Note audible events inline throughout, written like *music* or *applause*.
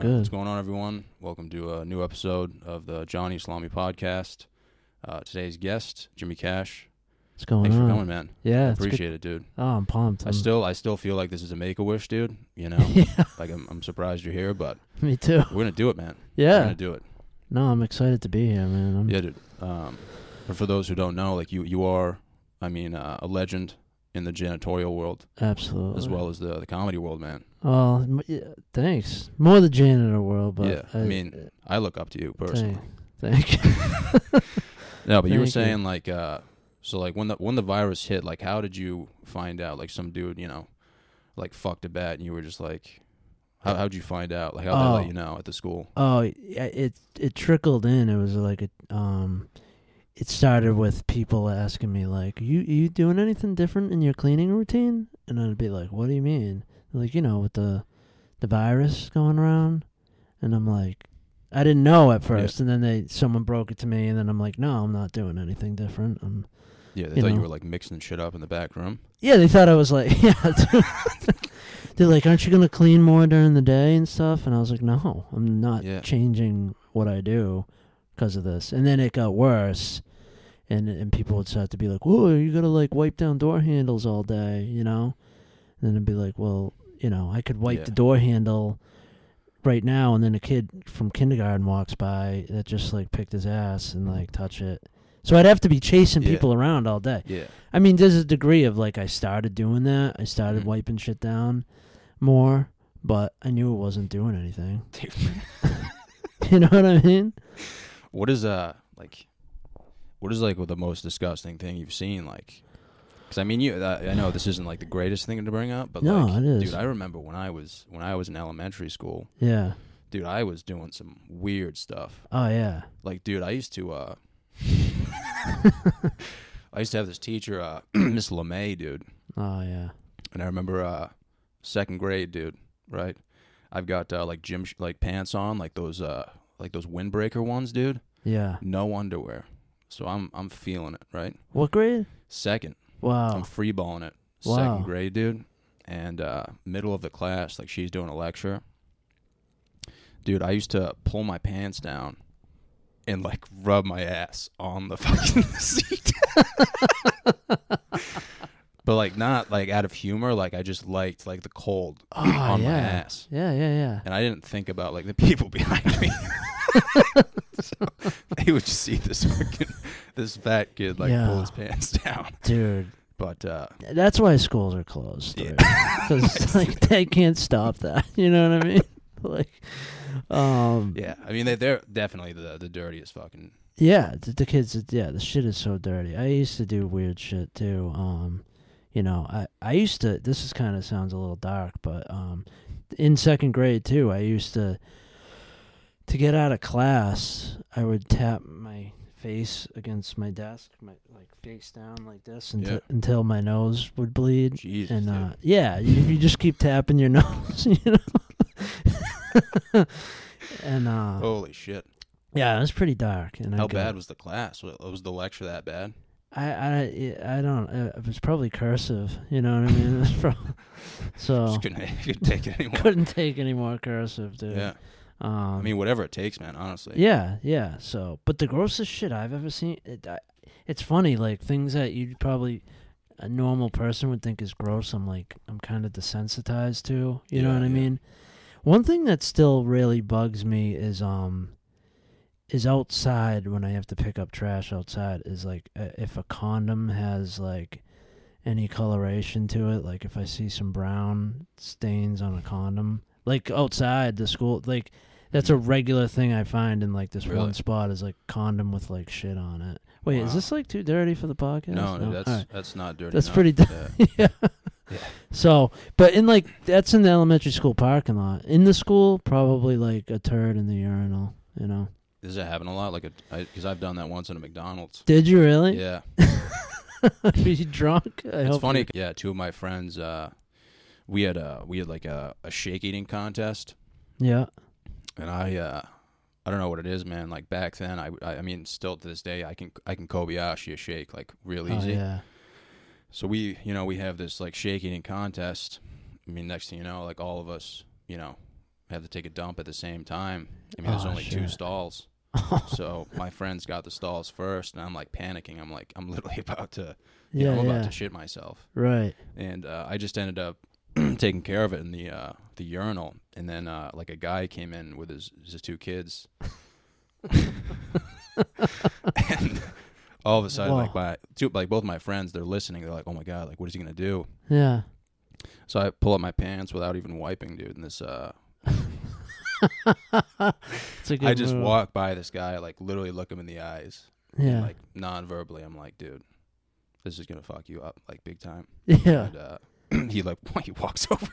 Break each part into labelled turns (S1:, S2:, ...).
S1: good?
S2: What's going on, everyone? Welcome to a new episode of the Johnny Salami Podcast. Uh, today's guest, Jimmy Cash.
S1: What's going
S2: Thanks
S1: on?
S2: for coming, man.
S1: Yeah,
S2: I
S1: it's good-
S2: appreciate it, dude.
S1: Oh, I'm pumped.
S2: I
S1: *laughs* I'm-
S2: still, I still feel like this is a make a wish, dude. You know,
S1: *laughs* yeah,
S2: like I'm, I'm surprised you're here, but
S1: me too.
S2: we're gonna do it, man. We're
S1: Yeah.
S2: gonna do it.
S1: No, I'm excited to be here, man. I'm,
S2: Yeah, dude. Um, but for those who don't know, like you, you are, I mean, uh, a legend in the janitorial world
S1: Absolutely.
S2: as well as the the comedy world, man.
S1: Well, m- yeah, thanks. More the janitor world, but
S2: yeah, I, mean, I look up to you personally.
S1: thank you.
S2: *laughs* No, but you were
S1: Thank you.
S2: saying like uh so like when the when the virus hit, like how did you find out? Like some dude, you know, like fucked a bat and you were just like how how'd you find out? Like how'd they
S1: Oh.
S2: let you know at the school?
S1: Oh, it it it trickled in. It was like a um, it started with people asking me like, "You you doing anything different in your cleaning routine?" And I'd be like, "What do you mean?" Like you know with the the virus going around, and I'm like, I didn't know at first, and then they someone broke it to me, and then I'm like, "No, I'm not doing anything different." I'm
S2: Yeah, they
S1: You
S2: thought
S1: know.
S2: you were like mixing shit up in the back room.
S1: yeah, they thought I was like, *laughs* yeah. They're like, aren't you gonna clean more during the day and stuff? And I was like, no, I'm not
S2: Yeah.
S1: changing what I do because of this. And then it got worse, and and people would start to be like, whoa, you gotta like wipe down door handles all day, you know? And then it'd be like, well, you know, I could wipe
S2: Yeah.
S1: the door handle right now, and then a kid from kindergarten walks by that just like picked his ass and like touch it. So I'd have to be chasing
S2: Yeah.
S1: people around all day.
S2: Yeah.
S1: I mean, there's a degree of like I started doing that. I started
S2: Mhm.
S1: wiping shit down more, but I knew it wasn't doing *laughs* anything. you know what I mean?
S2: What is uh like what is like the most disgusting thing you've seen like cuz I mean you I I know this isn't like the greatest thing to bring up, but
S1: No,
S2: like
S1: it is.
S2: dude, I remember when I was when I was in elementary school,
S1: Yeah.
S2: dude, I was doing some weird stuff.
S1: Oh yeah.
S2: like dude i used to uh i used to have this teacher uh *clears throat* miss lemay dude
S1: Oh yeah.
S2: and i remember uh second grade dude right i've got uh like gym sh- like pants on like those uh like those windbreaker ones dude
S1: Yeah.
S2: no underwear so i'm i'm feeling it right
S1: What grade? Oh.
S2: second i'm
S1: Wow.
S2: free balling it
S1: Wow.
S2: second grade dude and uh middle of the class like she's doing a lecture dude i used to pull my pants down and like rub my ass on the *laughs* fucking seat but like not like out of humor like i just liked like the cold *clears throat*
S1: Oh
S2: on
S1: yeah.
S2: my ass
S1: Yeah, yeah, yeah.
S2: and i didn't think about like the people *laughs* behind me so they would just see this fucking this fat kid like
S1: Yeah.
S2: pull his pants *laughs* down
S1: Dude,
S2: but uh
S1: that's why schools are closed.
S2: Yeah.
S1: Because like they can't stop that. *laughs* You know what I mean? Like, um,
S2: Yeah, I mean they they're definitely the the dirtiest fucking.
S1: Yeah, the, the kids. uh, Yeah, the shit is so dirty. I used to do weird shit too. Um, you know, I I used to. This is kind of sounds a little dark, but um, in second grade too, I used to to get out of class. I would tap my face against my desk, my like face down like this, until
S2: Yeah.
S1: until my nose would bleed.
S2: Jesus,
S1: And
S2: dude.
S1: uh, yeah, you, you just keep tapping your *laughs* nose, you know. *laughs* and uh,
S2: holy shit!
S1: yeah, it was pretty dark. And I
S2: Oh. How
S1: got-
S2: bad was the class? Was, was the lecture that bad?
S1: I I I don't. Uh, it was probably cursive. You know what I mean? *laughs* It was prob- so
S2: Just couldn't, *laughs* couldn't take it anymore.
S1: Oh. couldn't take any more cursive, dude.
S2: Yeah,
S1: Um,
S2: I mean whatever it takes, man. Honestly.
S1: yeah, yeah. So, but the grossest shit I've ever seen. It, I, it's funny, like things that you'd probably a normal person would think is gross. I'm like, I'm kind of desensitized to. You know
S2: Yeah,
S1: what I
S2: yeah.
S1: mean? One thing that still really bugs me is um, is outside when I have to pick up trash outside is like uh, if a condom has like any coloration to it like if i see some brown stains on a condom like outside the school like that's a regular thing i find in like this
S2: Mm. Really?
S1: one spot is like condom with like shit on it wait is
S2: Wow.
S1: this like too dirty for the podcast
S2: No, no, that's
S1: Alright.
S2: that's not dirty.
S1: That's
S2: enough. uh,
S1: pretty di-
S2: Yeah.
S1: *laughs* yeah.
S2: Yeah.
S1: so but in like that's in the elementary school parking lot in the school probably like a turd in the urinal you know
S2: Does that happen a lot? Like, because I've done that once at a McDonald's.
S1: did you really *laughs*
S2: Yeah,
S1: Were you drunk I
S2: it's
S1: hope
S2: funny.
S1: you-
S2: Yeah, two of my friends, uh, we had uh we had like a, a shake eating contest,
S1: yeah
S2: and I uh I don't know what it is, man. Like back then, I I, I mean, still to this day, I can I can Kobayashi a shake like real
S1: oh
S2: easy.
S1: yeah *laughs*
S2: So we, you know, we have this like shake eating contest. I mean, next thing you know, like all of us, you know, have to take a dump at the same time. I mean, there's
S1: Oh,
S2: only two
S1: shit.
S2: stalls. so my friends got the stalls first, and I'm like panicking. I'm like, I'm literally *laughs* about to, you
S1: yeah,
S2: know, I'm
S1: yeah.
S2: about to shit myself.
S1: right.
S2: And uh, I just ended up *clears throat* taking care of it in the uh, the urinal. And then uh, like a guy came in with his, his two kids, and all of a sudden, like
S1: Whoa.
S2: my two, like both my friends, they're listening. They're like, oh my god, like what is he gonna do?
S1: Yeah.
S2: So I pull up my pants without even wiping, dude. And this, uh,
S1: *laughs* It's a good
S2: I just
S1: move.
S2: walk by this guy, like literally look him in the eyes,
S1: Yeah.
S2: and, like non-verbally, I'm like, dude, this is gonna fuck you up, like big time.
S1: *laughs* yeah.
S2: And, uh, *clears throat* he like *laughs* he walks over,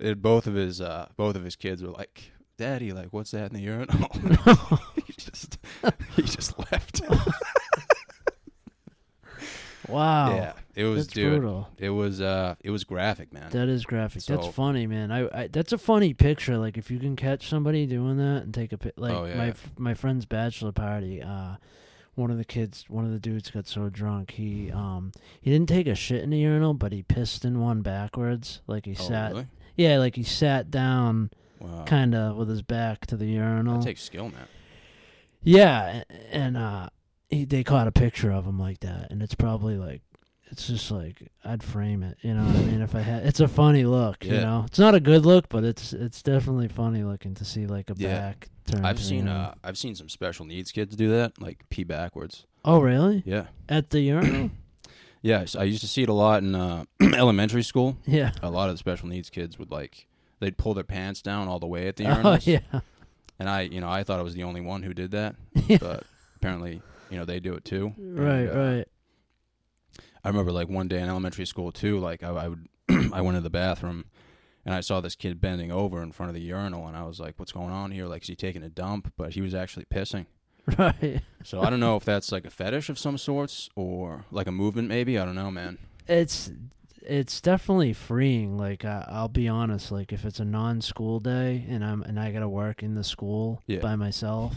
S2: and both of his uh, both of his kids were like, "Daddy, like, what's that in the urinal?" *laughs* he just *laughs* he just left.
S1: Wow.
S2: Yeah, it was
S1: That's
S2: dude.
S1: brutal.
S2: It was uh, it was graphic, man.
S1: That is graphic. that's
S2: So-
S1: funny, man. I, I that's a funny picture. Like if you can catch somebody doing that and take a pic. Like
S2: Oh, yeah.
S1: my f- my friend's bachelor party. Uh, one of the kids, one of the dudes got so drunk he um he didn't take a shit in the urinal, but he pissed in one backwards. Like he
S2: oh,
S1: sat.
S2: really? Oh.
S1: Yeah, like he sat down,
S2: Wow.
S1: kind of with his back to the urinal.
S2: That takes skill, man.
S1: Yeah, a- and uh, he, they caught a picture of him like that, and it's probably like, it's just like I'd frame it, you know. what I mean, if I had, it's a funny look, you
S2: Yeah.
S1: know. It's not a good look, but it's it's definitely funny looking to see like a
S2: Yeah.
S1: back turn.
S2: I've
S1: to the
S2: seen
S1: urinal.
S2: uh, I've seen some special needs kids do that, like pee backwards.
S1: Oh really?
S2: Yeah,
S1: At
S2: *clears throat*
S1: the urinal?
S2: yeah. so I used to see it a lot in uh, *clears throat* elementary school.
S1: yeah.
S2: A lot of the special needs kids would like they'd pull their pants down all the way at the
S1: *laughs* Oh
S2: urinals.
S1: yeah.
S2: And I, you know, I thought I was the only one who did that,
S1: Yeah.
S2: but apparently, you know, they do it too. And,
S1: Right.
S2: uh,
S1: Right.
S2: I remember like one day in elementary school too, like I, I would, *clears throat* I went to the bathroom and I saw this kid bending over in front of the urinal, and I was like, "What's going on here? Like, is he taking a dump?" But he was actually pissing.
S1: Right. *laughs*
S2: So I don't know if that's like a fetish of some sorts or like a movement, maybe. I don't know, man.
S1: it's it's definitely freeing like I, i'll be honest like if it's a non-school day and i'm and i gotta work in the school
S2: Yeah.
S1: by myself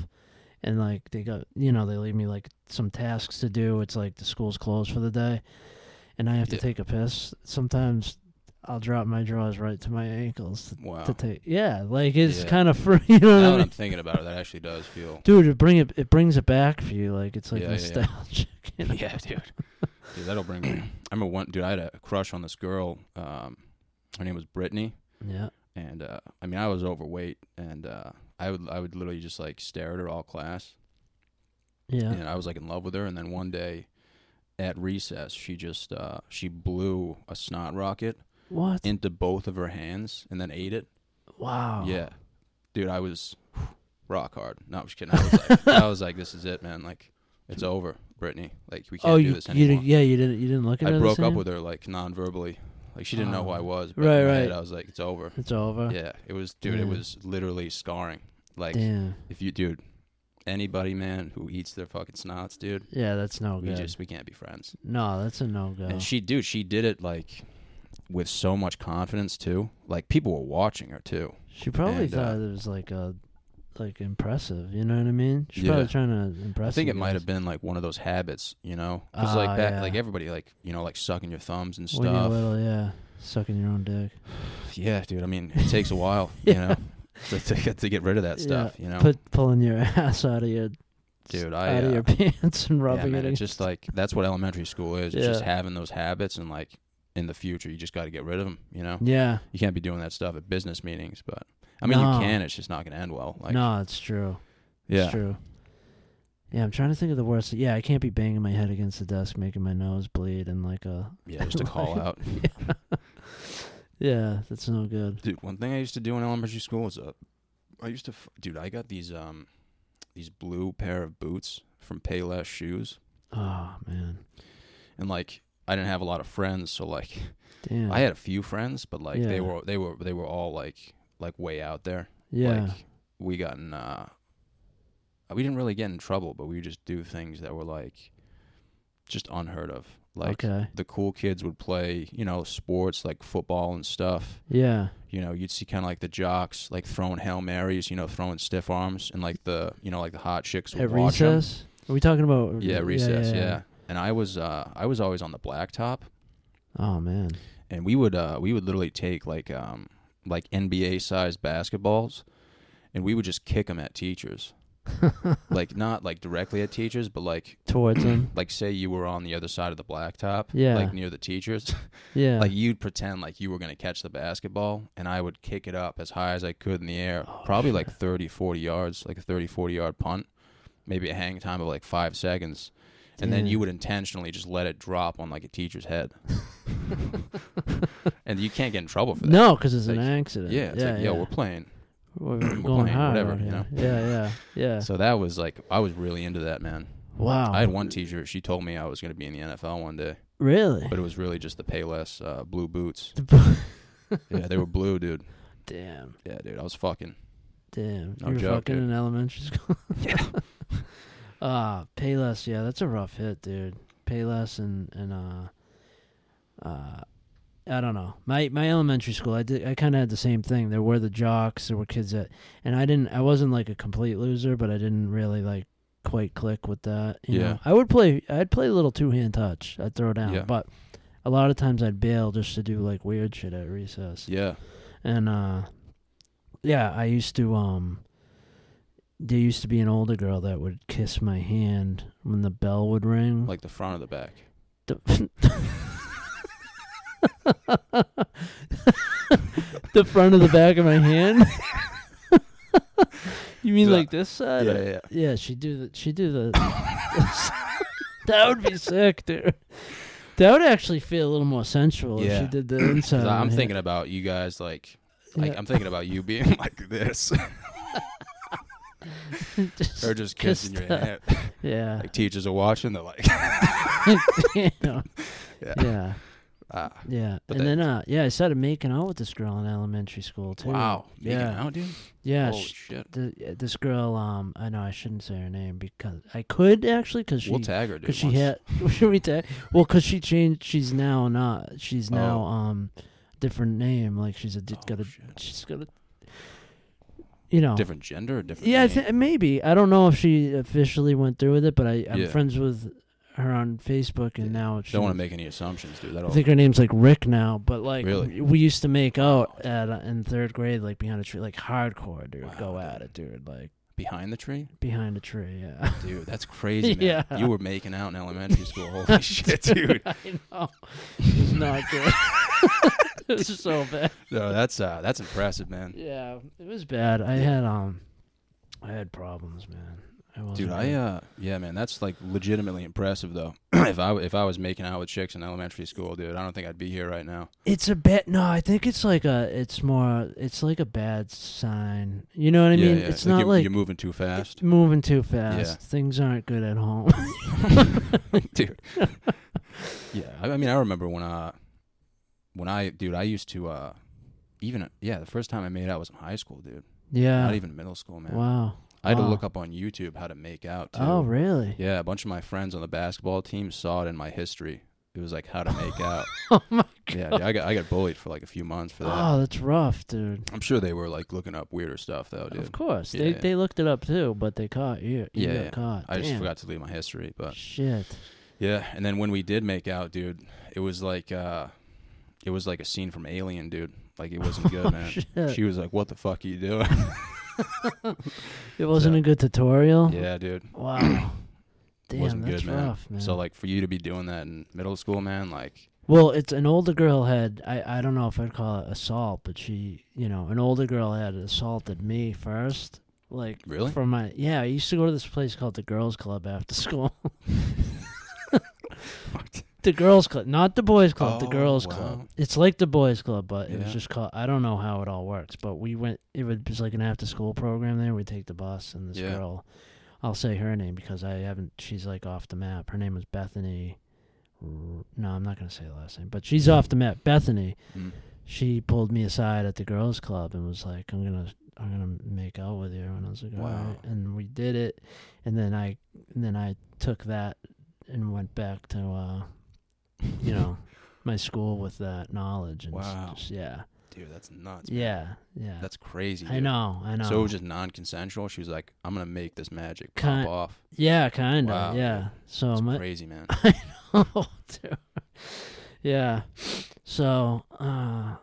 S1: and like they got you know they leave me like some tasks to do it's like the school's closed for the day and i have to
S2: Yeah.
S1: take a piss sometimes i'll drop my drawers right to my ankles to,
S2: Wow.
S1: to take yeah like it's
S2: Oh. Yeah.
S1: kind of *laughs* free you know
S2: Now that
S1: what I
S2: I'm *laughs*
S1: mean?
S2: thinking about it, that actually does feel.
S1: dude it bring it it brings it back for you like it's like
S2: Yeah, yeah, yeah.
S1: nostalgic *laughs* you know?
S2: Yeah, dude. Dude, that'll bring. Me. I remember one dude. I had a crush on this girl. Um, her name was Brittany.
S1: yeah
S2: and uh, I mean I was overweight, and uh, I would I would literally just like stare at her all class,
S1: yeah
S2: and I was like in love with her. And then one day, at recess, she just uh, she blew a snot rocket
S1: what
S2: into both of her hands and then ate it.
S1: wow
S2: Yeah, dude, I was rock hard. No, I'm just kidding. I was like, I was like, this is it, man. Like
S1: *laughs*
S2: it's over, Brittany. Like we can't
S1: oh,
S2: do
S1: you,
S2: this
S1: you
S2: anymore.
S1: did, yeah, you didn't you didn't look at
S2: I
S1: her.
S2: broke
S1: the
S2: up
S1: same?
S2: with her like non-verbally. Like she didn't know who I was. But
S1: Right,
S2: in my
S1: right.
S2: head, I was like, it's over.
S1: It's over.
S2: Yeah, it was, dude. It
S1: Yeah.
S2: was literally scarring. Like
S1: Damn.
S2: if you, dude, anybody, man, who eats their fucking snots, dude,
S1: Oh, Yeah, that's no
S2: we
S1: good.
S2: just we can't be friends.
S1: no, that's a no go.
S2: And she, dude, she did it like with so much confidence too. Like people were watching her too.
S1: She probably
S2: and, uh,
S1: thought it was like a like impressive. You know what I mean? She's
S2: Yeah.
S1: probably trying to impress.
S2: I think
S1: you
S2: it might
S1: guys.
S2: have been like one of those habits, you know, because like
S1: Ah,
S2: back,
S1: yeah.
S2: like everybody, like you know, like sucking your thumbs and
S1: When you're
S2: stuff.
S1: little, yeah, sucking your own dick.
S2: Yeah, dude. I mean, it takes a
S1: *laughs*
S2: while, you
S1: Yeah.
S2: know, to, to get to get rid of that
S1: Yeah.
S2: stuff, you know.
S1: Put pulling your *laughs* ass out of your
S2: Dude,
S1: out
S2: I
S1: of
S2: uh,
S1: your pants and
S2: yeah,
S1: rubbing
S2: man,
S1: it.
S2: it's just like that's what elementary school is. It's just
S1: Yeah.
S2: having those habits and like in the future, you just got to get rid of them, you know.
S1: against- yeah.
S2: you can't be doing that stuff at business meetings. But I mean,
S1: No.
S2: you can. It's just not going to end well. Like,
S1: no, it's true.
S2: yeah,
S1: It's true. Yeah, I'm trying to think of the worst. Yeah, I can't be banging my head against the desk, making my nose bleed, and like uh, a
S2: yeah, just
S1: *laughs*
S2: a call out,
S1: yeah, that's no good.
S2: dude. One thing I used to do in elementary school was, uh, I used to, f- dude, I got these um, these blue pair of boots from Payless shoes,
S1: Oh man,
S2: and like I didn't have a lot of friends, so like
S1: damn.
S2: I had a few friends, but like
S1: Yeah.
S2: they were they were they were all like like way out there.
S1: yeah,
S2: Like we got in uh we didn't really get in trouble, but we would just do things that were like just unheard of. Like
S1: okay,
S2: the cool kids would play, you know, sports like football and stuff.
S1: yeah,
S2: You know, you'd see kind of like the jocks like throwing hail marys, you know, throwing stiff arms, and like the you know like the hot chicks would
S1: at
S2: watch 'em.
S1: recess. Are we talking about
S2: Yeah, recess. Yeah, And I was uh I was always on the blacktop,
S1: Oh man,
S2: *laughs*
S1: *laughs*
S2: and we would uh we would literally take like um like NBA sized basketballs, and we would just kick them at teachers. like not like directly at teachers, but like
S1: towards him.
S2: like say you were on the other side of the blacktop,
S1: Yeah.
S2: like near the teachers.
S1: Yeah.
S2: like you'd pretend like you were going to catch the basketball and I would kick it up as high as I could in the air,
S1: Oh,
S2: probably
S1: shit.
S2: like 30 40 yards, like a 30 40 yard punt, maybe a hang time of like 5 seconds. And then
S1: Yeah.
S2: you would intentionally just let it drop on like a teacher's
S1: *laughs*
S2: head. *laughs* and you can't get in trouble for that.
S1: no, because it's an
S2: Like,
S1: accident.
S2: Yeah, it's
S1: yeah,
S2: like,
S1: yeah.
S2: yo, we're playing. *clears throat*
S1: We're
S2: we're
S1: going
S2: playing,
S1: hard
S2: whatever,
S1: out
S2: you
S1: here.
S2: know?
S1: Yeah, yeah, yeah. Oh.
S2: So that was like I was really into that, man.
S1: wow.
S2: I had one teacher, she told me I was going to be in the NFL one day,
S1: really.
S2: but it was really just the Payless uh, blue boots. yeah,
S1: *laughs*
S2: they were blue, dude.
S1: damn,
S2: Yeah, dude, I was fucking
S1: damn.
S2: No
S1: you were
S2: joke,
S1: fucking
S2: dude.
S1: in elementary *laughs* school. yeah. Ah, Payless. Yeah, that's a rough hit, dude. Payless and and uh, uh, I don't know. My my elementary school, I did. I kind of had the same thing. There were the jocks. There were kids that, and I didn't. I wasn't like a complete loser, but I didn't really like quite click with that. You
S2: Yeah.
S1: Know? I would play. I'd play a little two hand touch. I'd throw down,
S2: Yeah.
S1: but a lot of times I'd bail just to do like weird shit at recess.
S2: yeah.
S1: And uh yeah, I used to um there used to be an older girl that would kiss my hand when the bell would ring.
S2: like the front or the back.
S1: the, *laughs* the front of the back of my hand. *laughs* you mean
S2: Yeah.
S1: like this side?
S2: Yeah, yeah.
S1: Yeah, she do the she do the. *laughs* that would be sick, dude. That would actually feel a little more sensual if
S2: Yeah.
S1: she did the inside. of
S2: I'm
S1: my
S2: thinking about you guys like,
S1: hand.
S2: like I'm thinking about you *laughs* being like
S1: *laughs*
S2: this
S1: Yeah.
S2: *laughs*
S1: Just-
S2: or just
S1: Kiss
S2: kissing your
S1: the- *laughs*
S2: hand.
S1: yeah.
S2: Like teachers are watching, they're like,
S1: *laughs* yeah. Yeah. Yeah.
S2: ah, But
S1: and then uh yeah, I started making out with this girl in elementary school too.
S2: wow, making
S1: Yeah.
S2: out, dude.
S1: Yeah.
S2: Holy
S1: sh-
S2: shit.
S1: the, this girl um I know I shouldn't say her name because I could actually cuz she
S2: we'll tag her, dude.
S1: cuz she
S2: once.
S1: had *laughs* should we tag well cuz she changed she's now not she's now
S2: Oh.
S1: um different name like she's a d-
S2: Oh,
S1: got a
S2: shit.
S1: she's got a you know
S2: different gender, or different.
S1: oh. Yeah, I
S2: name?
S1: th- maybe. I don't know if she officially went through with it, but I, I'm
S2: Yeah.
S1: friends with her on Facebook, and
S2: Yeah.
S1: now it's.
S2: Don't want to make any assumptions, dude.
S1: I
S2: That'll.
S1: think her name's like Rick now, but like
S2: Really?
S1: we used to make out at uh, in third grade, like behind a tree, like hardcore, dude.
S2: Wow,
S1: Go
S2: dude.
S1: at it, dude. Like
S2: behind the tree,
S1: behind a tree, yeah.
S2: dude. That's crazy,
S1: *laughs*
S2: man.
S1: Yeah.
S2: You were making out in elementary school.
S1: *laughs*
S2: Holy shit, dude.
S1: I know. It was not good. *laughs* it was so bad.
S2: *laughs* No, that's uh, that's impressive, man.
S1: Yeah, it was bad. I had um, I had problems, man. I wasn't
S2: Dude, I
S1: good.
S2: uh, yeah, man, that's like legitimately impressive though. *clears throat* if I if I was making out with chicks in elementary school, dude, I don't think I'd be here right now.
S1: It's a bad. No, I think it's like a. It's more. It's like a bad sign. You know what I
S2: yeah,
S1: mean?
S2: yeah.
S1: It's not
S2: you're,
S1: like
S2: you're moving too fast,
S1: moving too fast. Things aren't good at home. *laughs*
S2: dude. yeah, I, I mean, I remember when uh, when I, dude, I used to uh, even yeah, the first time I made out was in high school, dude.
S1: yeah.
S2: Not even middle school, man.
S1: wow.
S2: I had to
S1: wow.
S2: look up on YouTube how to make out. Too.
S1: Oh, really?
S2: Yeah, a bunch of my friends on the basketball team saw it in my history. It was like how to
S1: *laughs*
S2: make out.
S1: Oh my god.
S2: yeah, dude, I got I got bullied for like a few months for that.
S1: Oh, that's rough, dude.
S2: I'm sure they were like looking up weirder stuff though,
S1: Of
S2: Oh, dude.
S1: course,
S2: Yeah,
S1: they
S2: yeah.
S1: they looked it up too, but they caught you. you
S2: Yeah,
S1: got
S2: yeah.
S1: caught.
S2: I just
S1: Damn.
S2: forgot to leave my history, but
S1: Shit.
S2: yeah. And then when we did make out, dude, it was like uh it was like a scene from Alien, dude. Like it wasn't
S1: *laughs*
S2: good, man.
S1: Oh, Shit.
S2: She was like, "What the fuck are you doing?"
S1: *laughs* it wasn't a good tutorial.
S2: yeah, dude.
S1: Wow.
S2: *coughs*
S1: Damn,
S2: wasn't
S1: that's
S2: good, man.
S1: rough, man.
S2: So like for you to be doing that in middle school, man, like
S1: Well, it's an older girl had I, I don't know if I'd call it assault, but she you know an older girl had assaulted me first, like
S2: Really?
S1: from my yeah. I used to go to this place called the Girls Club after *laughs* school. the Girls Club, not the Boys Club. the
S2: Oh,
S1: Girls
S2: wow.
S1: Club. It's like the Boys Club, but it was
S2: Yeah.
S1: just called. I don't know how it all works, but we went. It was just like an after school program. There, we take the bus, and this
S2: Yeah.
S1: girl, I'll say her name because I haven't. She's like off the map. Her name was Bethany. R- no, I'm not going to say the last name, but she's off the map. Bethany,
S2: mm,
S1: she pulled me aside at the girls' club and was like, "I'm gonna, I'm gonna make out with you." And I was like, "All
S2: Wow.
S1: right." And we did it, and then I, and then I took that and went back to, uh, you know, my school with that knowledge. And s-
S2: Wow.
S1: just- yeah,
S2: *laughs* dude, that's nuts. man.
S1: yeah, yeah.
S2: that's crazy.
S1: I
S2: dude.
S1: know, I know.
S2: So it was just non-consensual. She was like, "I'm gonna make this magic pop
S1: Kind-
S2: off."
S1: yeah, kind of,
S2: Wow,
S1: yeah.
S2: dude.
S1: So
S2: It's
S1: my,
S2: crazy,
S1: *laughs*
S2: man.
S1: oh, dude. Yeah. So, uh,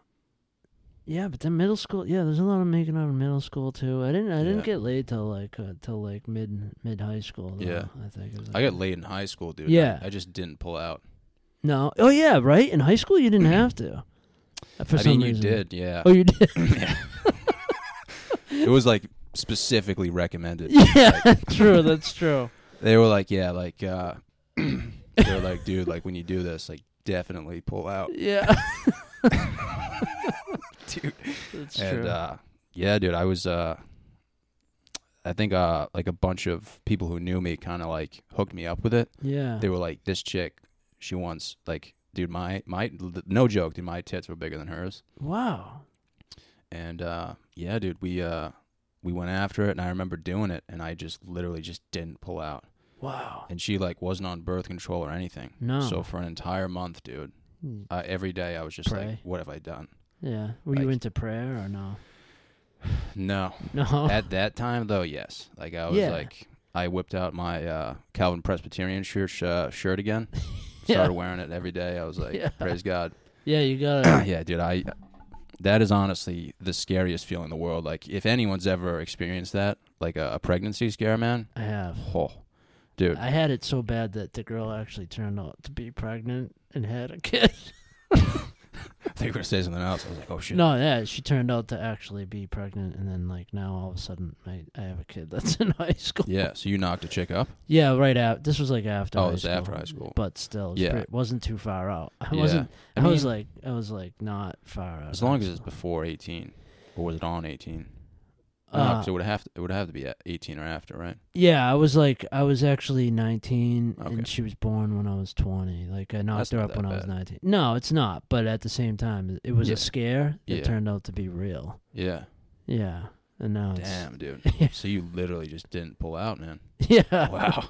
S1: Yeah, but then middle school. Yeah, there's a lot of making out in middle school too. I didn't. I didn't
S2: Yeah.
S1: get laid till like uh, till like mid mid high school. Though,
S2: Yeah.
S1: I think. It was
S2: I
S1: like-
S2: got laid in high school, dude.
S1: Yeah.
S2: I, I just didn't pull out.
S1: no. Oh yeah, right. In high school, you didn't
S2: *clears throat*
S1: have to. Uh, For
S2: I
S1: some
S2: mean,
S1: reason.
S2: you did, yeah.
S1: Oh, you
S2: *laughs*
S1: did.
S2: It was like specifically recommended.
S1: yeah, *laughs* true. That's
S2: *laughs*
S1: true.
S2: They were like, yeah, like uh, *clears throat* they were like, dude, like when you do this, like definitely pull out, *laughs*
S1: Yeah,
S2: dude.
S1: that's
S2: and
S1: true.
S2: uh, yeah, dude, I was uh, I think uh, like a bunch of people who knew me kind of like hooked me up with it.
S1: yeah.
S2: They were like, this chick, she wants like, dude, my my no joke, dude, my tits were bigger than hers.
S1: wow.
S2: and uh, yeah, dude, we uh, we went after it, and I remember doing it, and I just literally just didn't pull out.
S1: Wow.
S2: And she like wasn't on birth control or anything.
S1: No.
S2: So for an entire month, dude,
S1: Hmm.
S2: uh, every day I was just
S1: Pray.
S2: like, "What have I done?"
S1: Yeah. Were you
S2: Like-
S1: into prayer or no? *laughs*
S2: No.
S1: No.
S2: At that time, though, yes. Like I was
S1: Oh. Yeah.
S2: like, I whipped out my uh, Calvin Presbyterian church uh, shirt again.
S1: *laughs* Yeah.
S2: Started wearing it every day. I was like,
S1: *laughs* Yeah.
S2: "Praise God." *clears throat*
S1: yeah, you gotta. *coughs*
S2: yeah, dude, I. That is honestly the scariest feeling in the world. Like, if anyone's ever experienced that, like a, a pregnancy scare, man,
S1: I have.
S2: Oh, dude.
S1: I had it so bad that the girl actually turned out to be pregnant and had a kid. *laughs*
S2: I thought you were gonna say something else. I was like, oh shit.
S1: No, yeah, she turned out to actually be pregnant, and then like now all of a sudden I, I have a kid that's *laughs* in high school.
S2: Yeah. So you knocked a chick up.
S1: Yeah, right out. This was like after.
S2: Oh,
S1: high
S2: it was
S1: school,
S2: after high school.
S1: But still,
S2: Yeah.
S1: yeah, it wasn't too far out. *laughs* I
S2: Yeah.
S1: wasn't. I,
S2: I
S1: was
S2: mean-
S1: like, I was like not far out.
S2: As
S1: of
S2: long
S1: high
S2: as it's
S1: school.
S2: before eighteen, or was it on eighteen? No, 'cause
S1: Uh,
S2: it would have to, it would have to be at eighteen or after, right?
S1: yeah, I was like, I was actually nineteen,
S2: Okay.
S1: and she was born when I was twenty. Like I knocked
S2: That's
S1: her
S2: not
S1: up when
S2: that
S1: I was
S2: bad.
S1: nineteen. No, it's not. But at the same time, it was
S2: Yeah.
S1: a scare that
S2: Yeah.
S1: turned out to be real.
S2: Yeah.
S1: Yeah, and now it's
S2: Damn, dude.
S1: *laughs* Yeah.
S2: So you literally just didn't pull out,
S1: *laughs*
S2: man.
S1: Yeah.
S2: Wow.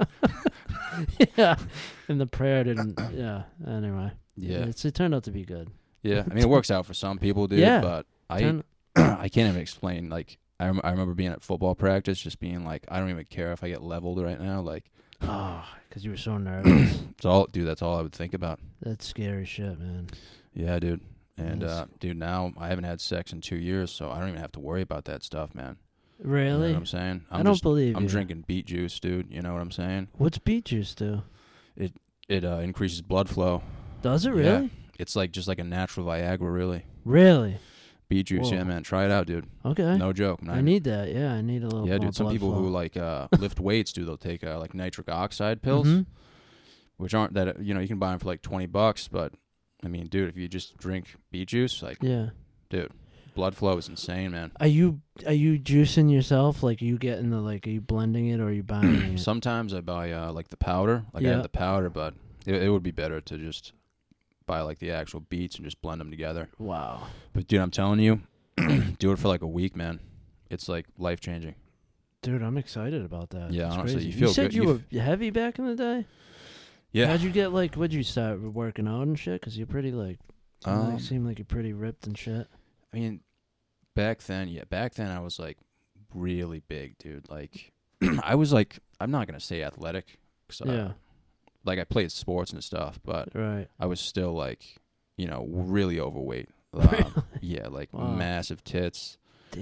S1: yeah. *laughs* And the prayer didn't. Yeah. Anyway.
S2: *laughs* Yeah.
S1: It's, it turned out to be good.
S2: Yeah. I mean, it works out for some people, dude.
S1: Yeah.
S2: But I,
S1: Turn-
S2: *clears throat* I can't even explain. Like, I, rem- I remember being at football practice, just being like, I don't even care if I get leveled right now. Like,
S1: oh, because you
S2: *clears throat*
S1: were so nervous.
S2: it's all, dude. That's all I would think about.
S1: That's scary shit, man.
S2: Yeah, dude. And
S1: Nice.
S2: uh, dude, now I haven't had sex in two years, so I don't even have to worry about that stuff, man. You know
S1: Really?
S2: what I'm saying? I'm
S1: I don't
S2: just,
S1: believe
S2: I'm
S1: you.
S2: drinking beet juice, dude. You know what I'm saying?
S1: What's beet juice do?
S2: It uh, increases blood flow.
S1: Does it
S2: Yeah.
S1: really?
S2: It's like just like a natural Viagra, really.
S1: Really?
S2: Beet juice,
S1: Whoa.
S2: yeah, man. Try it out, dude.
S1: Okay.
S2: No joke. man.
S1: I need that. Yeah, I need a little.
S2: Yeah,
S1: more
S2: dude. Some
S1: blood
S2: people
S1: flow.
S2: who like
S1: *laughs*
S2: uh, lift weights, dude, they'll take uh, like nitric oxide pills,
S1: Mhm.
S2: which aren't that you know you can buy them for like twenty bucks, but I mean, dude, if you just drink beet juice, like
S1: Yeah.
S2: blood flow is insane, man.
S1: Are you are you juicing yourself? Like you getting the like? Are you blending it or are
S2: *clears throat*
S1: you buying it?
S2: Sometimes I buy uh, like the powder, like I
S1: Mm. Yeah.
S2: have the powder, but it, it would be better to just buy like the actual beats and just blend them together.
S1: wow.
S2: But dude, I'm telling you, *clears throat* do it for like a week, man. It's like life changing.
S1: Dude, I'm excited about that.
S2: Yeah,
S1: That's
S2: honestly,
S1: crazy.
S2: you feel
S1: said
S2: good.
S1: you
S2: You-
S1: were heavy back in the day.
S2: Yeah,
S1: How'd you get like? What'd you start working out and shit? Cause you're pretty like, you
S2: Um,
S1: like seem like you're pretty ripped and shit.
S2: I mean, back then, yeah, back then I was like really big, dude. Like, *clears throat* I was like, I'm not gonna say athletic, 'cause I-
S1: yeah,
S2: like I played sports and stuff, but
S1: right.
S2: I was still like, you know, really overweight.
S1: *laughs*
S2: Um, yeah, like
S1: Wow.
S2: massive tits.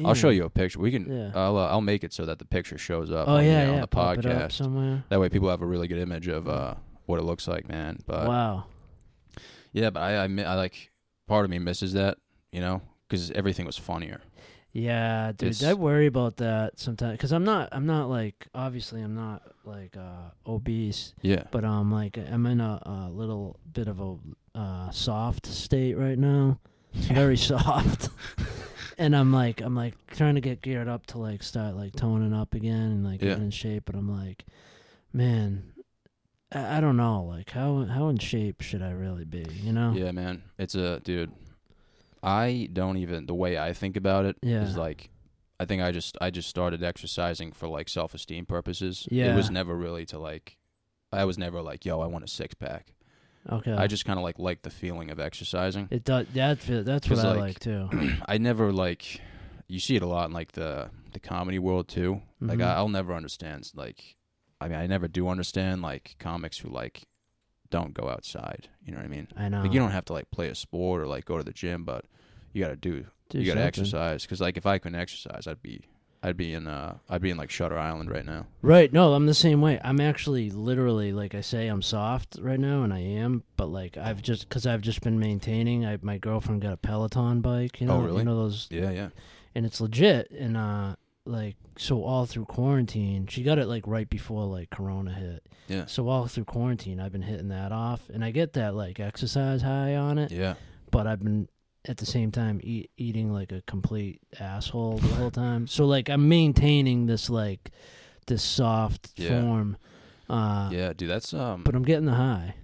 S2: I'll show
S1: Damn.
S2: you a picture. We can.
S1: Mm. Yeah.
S2: I'll uh, I'll make it so that the picture shows up.
S1: oh
S2: on, the-
S1: yeah,
S2: on
S1: yeah.
S2: the
S1: pop it up
S2: podcast.
S1: somewhere.
S2: That way, people have a really good image of uh, what it looks like, man. But
S1: wow.
S2: yeah, but I, I mi- I like part of me misses that, you know, because everything was funnier.
S1: Yeah, dude.
S2: it's-
S1: I worry about that sometimes. Cause I'm not. I'm not like. Obviously, I'm not like uh obese. *laughs*
S2: Yeah,
S1: But um, like I'm in a, a little bit of a uh, soft state right now, very *laughs* soft. and I'm like, I'm like trying to get geared up to like start like toning up again and like
S2: Yeah.
S1: getting in shape. But I'm like, man, I, I don't know, like how how in shape should I really be? You know?
S2: yeah, man. It's a dude. I don't even the way I think about it is
S1: Yeah.
S2: like, I think I just I just started exercising for like self esteem purposes. it
S1: Yeah.
S2: was never really to like. I was never like, yo, I want a six pack.
S1: Okay.
S2: I just kind of like like the feeling of exercising.
S1: it does that. fe- That's what
S2: 'Cause,
S1: I
S2: like,
S1: like too.
S2: *clears throat* I never like you see it a lot in like the the comedy world too. Like
S1: Mhm.
S2: I, I'll never understand like I mean I never do understand like comics who like don't go outside. You know what I mean?
S1: I know.
S2: Like you don't have to like play a sport or like go to the gym, but you got to do
S1: Do
S2: you got to
S1: something.
S2: exercise because like if I couldn't exercise, I'd be I'd be in uh I'd be in like Shutter Island right now.
S1: Right. No, I'm the same way. I'm actually literally like I say I'm soft right now and I am, but like I've just cuz I've just been maintaining. I my girlfriend got a Peloton bike, you
S2: Oh,
S1: know,
S2: really?
S1: you know those
S2: Yeah,
S1: *laughs*
S2: yeah.
S1: and it's legit and uh like so all through quarantine, she got it like right before like corona hit.
S2: Yeah.
S1: So all through quarantine, I've been hitting that off and I get that like exercise high on it,
S2: Yeah.
S1: but I've been at the same time eat, eating like a complete asshole the whole time. So like I'm maintaining this like this soft
S2: Yeah.
S1: form, uh,
S2: Yeah, dude, that's um
S1: but I'm getting the high.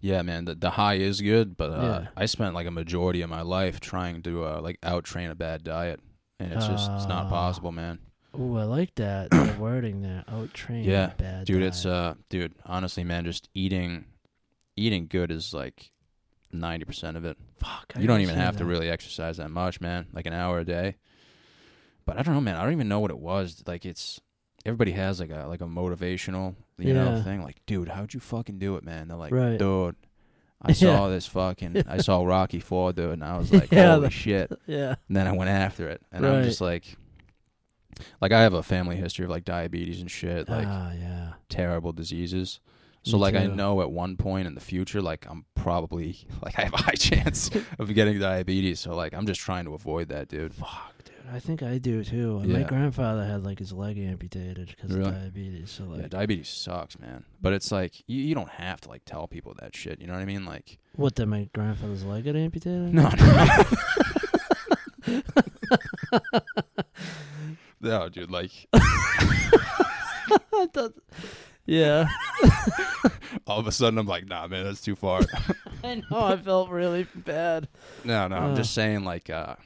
S2: yeah, man, the, the high is good, but uh
S1: Yeah.
S2: I spent like a majority of my life trying to uh like out train a bad diet and it's just it's
S1: Ah.
S2: not possible, man.
S1: Ooh, I like
S2: *coughs*
S1: that the wording there. Out train,
S2: Yeah.
S1: bad
S2: Dude, it's
S1: diet.
S2: uh dude, honestly, man, just eating eating good is like 90% of it.
S1: fuck. I
S2: you don't
S1: gotta
S2: even
S1: say
S2: have to
S1: that.
S2: really exercise that much, man. Like an hour a day. But I don't know, man. I don't even know what it was. Like it's everybody has like a like a motivational you know
S1: Yeah.
S2: thing. Like, dude, how'd you fucking do it, man? They're like,
S1: Right. *laughs*
S2: dude, I
S1: Yeah.
S2: saw this fucking
S1: *laughs*
S2: I saw Rocky Four, dude, and I was like,
S1: Yeah,
S2: holy
S1: that-
S2: shit.
S1: Yeah,
S2: And then I went after it, and I'm
S1: Right.
S2: just like. Like I have a family history of like diabetes and shit, like
S1: ah, yeah,
S2: terrible diseases. So
S1: Me
S2: like I
S1: too.
S2: know at one point in the future, like I'm probably *laughs* like I have a high chance of getting diabetes. So like I'm just trying to avoid that, dude.
S1: fuck, dude. I think I do too. And
S2: Yeah.
S1: My grandfather had like his leg amputated because
S2: Really?
S1: of diabetes. So like,
S2: Yeah, diabetes sucks, man. But it's like you, you don't have to like tell people that shit. You know what I mean? Like
S1: what? Did my grandfather's leg get amputated?
S2: no, no. *laughs* no, dude. Like
S1: *laughs* Yeah.
S2: all of a sudden I'm like, nah, man, that's too far.
S1: I know. I felt really
S2: *laughs*
S1: bad.
S2: no, no. I'm
S1: Uh.
S2: just saying like uh,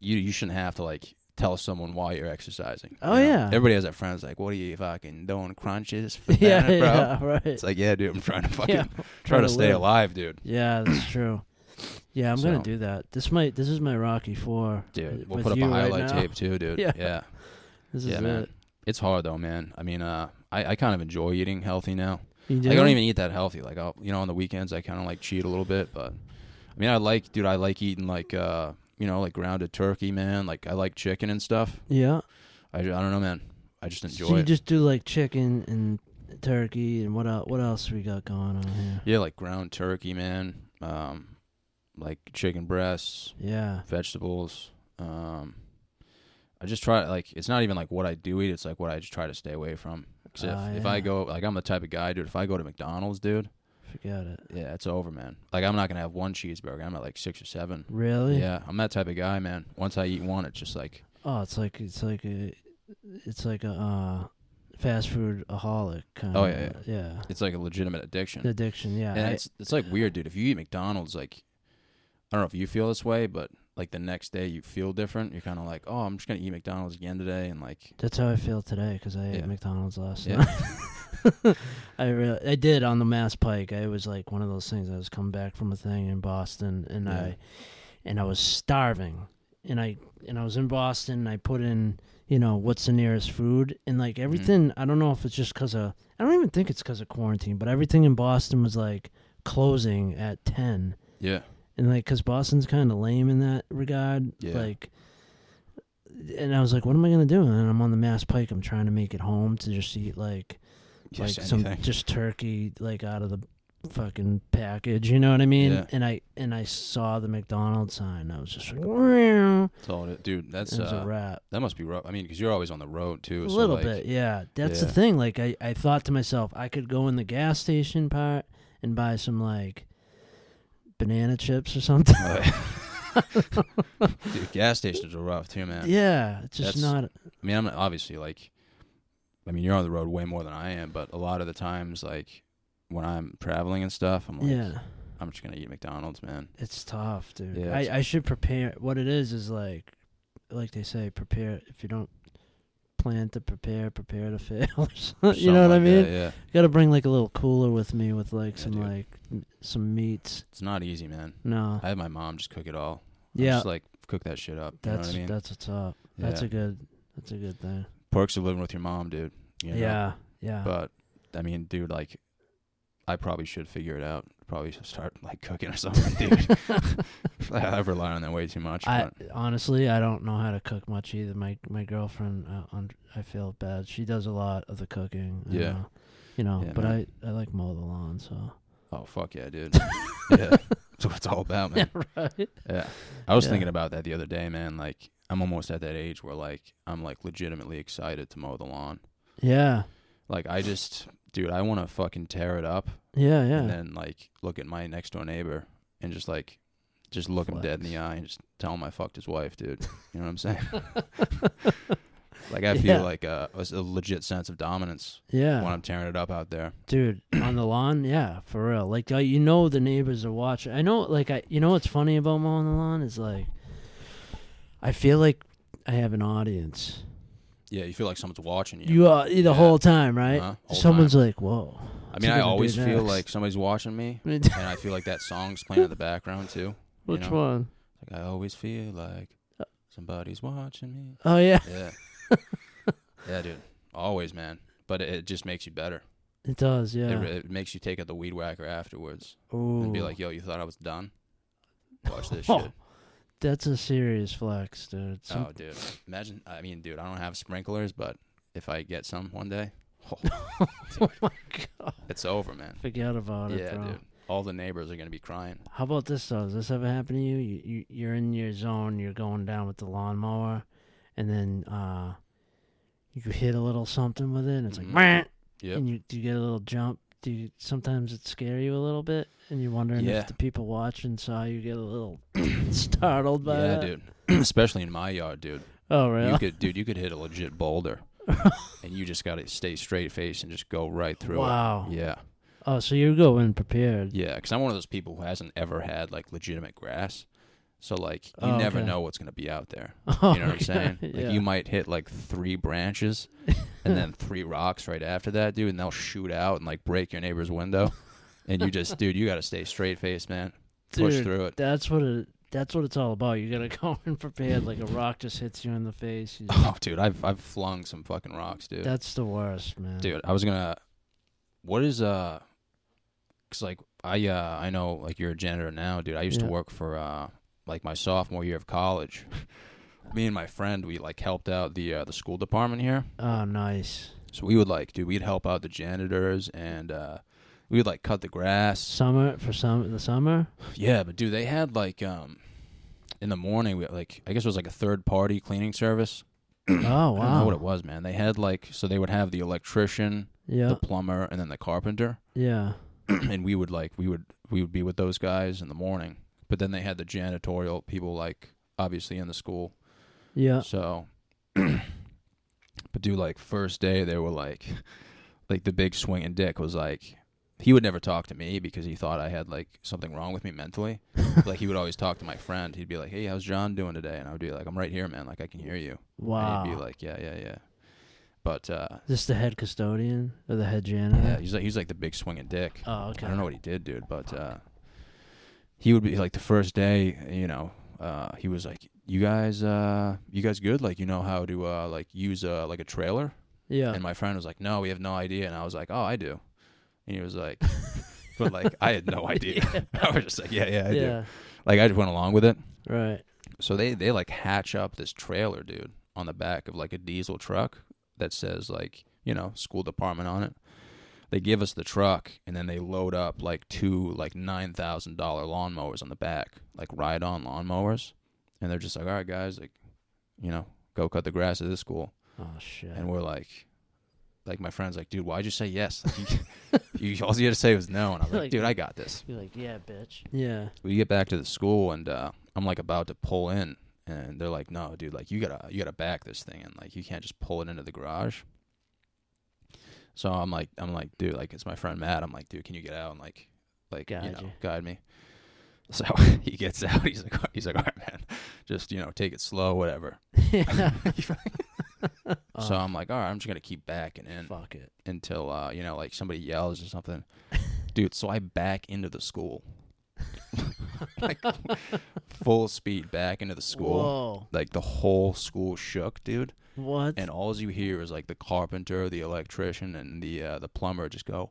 S2: you you shouldn't have to like tell someone why you're exercising. you
S1: Oh,
S2: know?
S1: yeah.
S2: Everybly has that friend that's like, what are you fucking doing crunches? For
S1: *laughs* Yeah,
S2: dinner, bro?
S1: yeah, right. *laughs*
S2: It's like, yeah, dude, I'm trying to fucking
S1: Yeah,
S2: try to,
S1: to
S2: stay
S1: live.
S2: alive, dude.
S1: yeah, that's true. Yeah, I'm
S2: So-
S1: gonna do that. This might. This is my Rocky Four.
S2: Dude,
S1: with-
S2: we'll
S1: with
S2: put up
S1: you
S2: a
S1: right
S2: highlight
S1: now.
S2: tape too, dude.
S1: *laughs* Yeah.
S2: yeah.
S1: This
S2: yeah,
S1: is
S2: man.
S1: it.
S2: It's hard though, man. I mean, uh, I, I kind of enjoy eating healthy now.
S1: You
S2: Like, I don't
S1: it?
S2: even eat that healthy. Like, I'll, you know, on the weekends I kind of like cheat a little bit, but I mean, I like, dude, I like eating like, uh, you know, like grounded turkey, man. Like, I like chicken and stuff.
S1: Yeah.
S2: I, ju- I don't know, man. I just enjoy
S1: so you
S2: it.
S1: just do like chicken and turkey and what else? What else we got going on here?
S2: yeah, like ground turkey, man. Um, like chicken breasts,
S1: Yeah.
S2: vegetables. Um, I just try like it's not even like what I do eat. It's like what I just try to stay away from. 'Cause if,
S1: Ah,
S2: if I
S1: yeah.
S2: go like I'm the type of guy, dude. If I go to McDonald's, dude,
S1: Forget it.
S2: yeah, it's over, man. Like I'm not gonna have one cheeseburger. I'm at like six or seven.
S1: Really?
S2: Yeah, I'm that type of guy, man. Once I eat one, it's just like
S1: Oh, it's like it's like a, it's like a uh, fast food aholic kind.
S2: Oh,
S1: of, yeah.
S2: it's like a legitimate addiction.
S1: Addiction. Yeah.
S2: and
S1: I-
S2: it's it's like weird, dude. If you eat McDonald's, like I don't know if you feel this way, but like the next day you feel different. You're kind of like, oh, I'm just gonna eat McDonald's again today, and
S1: *laughs*
S2: like
S1: That's how I feel today because I ate
S2: Yeah.
S1: McDonald's last
S2: Yeah.
S1: night. *laughs* I really, I did on the Mass Pike. I was like one of those things. I was coming back from a thing in Boston, and
S2: Yeah.
S1: I, and I was starving, and I and I was in Boston. and I put in, you know, what's the nearest food, and like
S2: Mm-hmm.
S1: everything. I don't know if it's just because of. I don't even think it's because of quarantine, but everything in Boston was like closing at ten,
S2: yeah,
S1: and like because Boston's kind of lame in that regard.
S2: Yeah.
S1: Like, and I was like, what am I gonna do? And then I'm on the Mass Pike. I'm trying to make it home to just eat like
S2: Yes,
S1: like some
S2: anything.
S1: just turkey like out of the fucking package. You know what I mean?
S2: Yeah.
S1: And I and I saw the McDonald's sign. I was just like, "Meow."
S2: That's all it- dude. That's
S1: it was
S2: uh,
S1: a wrap.
S2: That must be rough. I mean, because you're always on the road too.
S1: A
S2: so,
S1: little
S2: like, *laughs*
S1: bit, yeah. That's
S2: Yeah.
S1: the thing. Like I, I thought to myself, I could go in the gas station part and buy some like banana chips or something. *laughs*
S2: Dude, gas stations are rough too, man.
S1: yeah, it's just
S2: That's-
S1: not
S2: I mean, I'm not- obviously like, I mean, you're on the road way more than I am, but a lot of the times, like when I'm traveling and stuff, I'm like,
S1: yeah.
S2: I'm just gonna eat McDonald's, man.
S1: It's tough, dude.
S2: Yeah, it's-
S1: I, I should prepare. What it is is like, like they say, prepare. If you don't plan to prepare, prepare to *laughs* fail. or something, you
S2: Something
S1: know what I
S2: like
S1: mean?
S2: that, yeah,
S1: Got to bring like a little cooler with me with like
S2: Yeah,
S1: some
S2: dude.
S1: like m- some meats.
S2: it's not easy, man.
S1: No,
S2: I have my mom just cook it all. I
S1: yeah,
S2: just like cook that shit up. You know
S1: that's
S2: what I mean?
S1: that's what's up.
S2: yeah.
S1: That's a good. That's a good thing.
S2: perks of living with your mom, dude. you know?
S1: Yeah, yeah.
S2: But I mean, dude, like I probably should figure it out. Probably should start like cooking or *laughs* something,
S1: *laughs*
S2: dude. Like, I rely on that way too much.
S1: I
S2: but
S1: honestly, I don't know how to cook much either. My my girlfriend, uh, un- I feel bad. She does a lot of the cooking. and,
S2: Yeah.
S1: uh, you know,
S2: Yeah,
S1: but
S2: man.
S1: I I like mow the lawn. So
S2: oh fuck yeah,
S1: *laughs*
S2: dude. yeah, that's what it's all about, man.
S1: right.
S2: Yeah. I was
S1: Yeah.
S2: thinking about that the other day, man. Like I'm almost at that age where like I'm like legitimately excited to mow the lawn.
S1: Yeah,
S2: Like I just dude, I want to fucking tear it up
S1: yeah, yeah.
S2: and then like look at my next door neighbor and just like just look him dead in the eye and just tell him I fucked his wife, dude.
S1: *laughs*
S2: You know what I'm saying? like I
S1: Yeah.
S2: feel like a, a s- a legit sense of dominance
S1: yeah,
S2: when I'm tearing it up out there.
S1: *clears throat* dude, on the lawn. Yeah, for real. Like uh, you know, the neighbors are watching. I know. Like I, you know, what's funny about mowing the lawn is like, I feel like I have an audience.
S2: Yeah, you feel like someone's watching you.
S1: You are the
S2: Yeah.
S1: whole time, right?
S2: Uh-huh, whole
S1: Someone's like, "Whoa."
S2: I mean,
S1: what's he
S2: I
S1: gonna do
S2: always feel
S1: next? *laughs*
S2: like somebody's watching me,
S1: Which
S2: and I feel like that song's playing in the background too. know?
S1: one?
S2: Like I always feel like somebody's watching me.
S1: Oh yeah, *laughs*
S2: Yeah. yeah, dude. Always, man. But it, it just makes you better.
S1: it does. Yeah.
S2: It, re- it makes you take out the weed whacker afterwards and be
S1: Ooh.
S2: like, "Yo, you thought I was done? Watch
S1: *laughs*
S2: this shit."
S1: That's a serious flex, dude. Some-
S2: Oh, dude. Imagine. I mean, dude, I don't have sprinklers, but if I get some one day, oh,
S1: Oh, my *laughs* god.
S2: it's over, man.
S1: Forget about it,
S2: Yeah,
S1: bro.
S2: dude. All the neighbors are gonna be
S1: *clears throat*
S2: crying.
S1: How about this though? Does this ever happen to you? You, you? You're in your zone. You're going down with the lawnmower, and then uh, you hit a little something with it, and it's
S2: Mhm.
S1: like, "Meh,"
S2: Yep.
S1: and you do you get a little jump. Do you, sometimes it scare you a little bit, and you're wondering
S2: Yeah.
S1: if the people watching saw you get a little startled by
S2: yeah,
S1: that.
S2: dude. *clears throat* Especially in my yard, dude.
S1: Oh, really?
S2: You could, dude. You could hit a legit boulder,
S1: *laughs*
S2: and you just gotta stay straight face and just go right through
S1: wow.
S2: it. Yeah,
S1: Oh, so you go in prepared.
S2: yeah. Because I'm one of those people who hasn't ever had like legitimate grass, so like you
S1: Oh,
S2: never
S1: okay.
S2: know what's gonna be out there.
S1: *laughs* Oh,
S2: You know what I'm
S1: okay.
S2: saying?
S1: Yeah.
S2: Like you might hit like three branches,
S1: *laughs*
S2: and then three rocks right after that, dude, and they'll shoot out and like break your neighbor's window, and you just, dude, you gotta stay straight faced, man. Push
S1: Dude,
S2: through it.
S1: That's what it. That's what it's all about. You gotta *laughs* go in prepared. Like a rock just hits you in the face. You
S2: *laughs* Oh, *laughs* dude, I've I've flung some fucking rocks, dude.
S1: that's the worst, man.
S2: dude i was gonna what is uh because like i uh i know like you're a janitor now dude i used
S1: Yeah.
S2: to work for uh like my sophomore year of college *laughs* me and my friend we like helped out the uh the school department here
S1: Oh, nice.
S2: so we would like dude we'd help out the janitors and uh we would like cut the grass
S1: Summer for some the summer.
S2: yeah but dude they had like um in the morning we like i guess it was like a third party cleaning service i
S1: oh
S2: don't know
S1: wow.
S2: what it was man they had like so they would have the electrician
S1: Yeah,
S2: the plumber and then the carpenter *clears throat*
S1: yeah.
S2: and we would like we would we would be with those guys in the morning. But then they had the janitorial people like obviously in the school. *laughs*
S1: Yeah. *laughs*
S2: So *clears throat* but do like first day they were like like the big swinging dick was like he would never talk to me because he thought I had like something wrong with me mentally. like he would always talk to my friend. He'd be like, "Hey, how's John doing today?" And I would be like, "I'm right here, man. Like I can hear you."
S1: Wow.
S2: And he'd be like, "Yeah, yeah, yeah." But uh
S1: this the head custodian or the head
S2: yeah,
S1: janitor?
S2: he's like he's like the big swinging dick.
S1: Oh, okay.
S2: I don't know what he did, dude, but uh, he would be like the first day, you know, uh, he was like, "You guys, uh, you guys good? Like, you know how to uh, like use uh, like a trailer?"
S1: Yeah.
S2: And my friend was like, "No, we have no idea." And I was like, "Oh, I do." And he was like, *laughs* "But like, I had
S1: *laughs*
S2: no idea." *laughs* I was just like, "Yeah, yeah, I do."
S1: yeah.
S2: Like, I just went along with it.
S1: Right.
S2: So they they like hatch up this trailer, dude, on the back of like a diesel truck that says like you know school department on it. They give us the truck, and then they load up like two like nine thousand dollar lawnmowers on the back, like ride on lawnmowers, and they're just like, all right, guys, like you know, go cut the grass at this school,
S1: Oh shit.
S2: and
S1: *laughs*
S2: we're like. Like my friend's like, dude, why'd you say yes? Like, you, *laughs* you, all you had to say was no, and I'm like,
S1: Like-
S2: dude, I got this
S1: Be like, yeah, bitch. Yeah.
S2: we get back to the school and uh, I'm like about to pull in and they're like, No, dude, like you gotta you gotta back this thing and like you can't just pull it into the garage. So I'm like I'm like, dude, like it's my friend Matt. I'm like, dude, can you get out and like like you
S1: Guide
S2: know,
S1: you.
S2: guide me. So *laughs* he gets out, he's like he's like, All right, man, just you know, take it slow, whatever.
S1: *laughs* yeah.
S2: *laughs*
S1: *laughs* Oh,
S2: so I'm like, all right, I'm just gonna keep backing in
S1: Fuck it.
S2: until uh, you know, like somebody yells or something. Dude, so I back into the school. *laughs* like full speed back into the school.
S1: Whoa.
S2: Like the whole school shook, dude.
S1: What?
S2: And all you hear is like the carpenter, the electrician, and the uh, the plumber just go,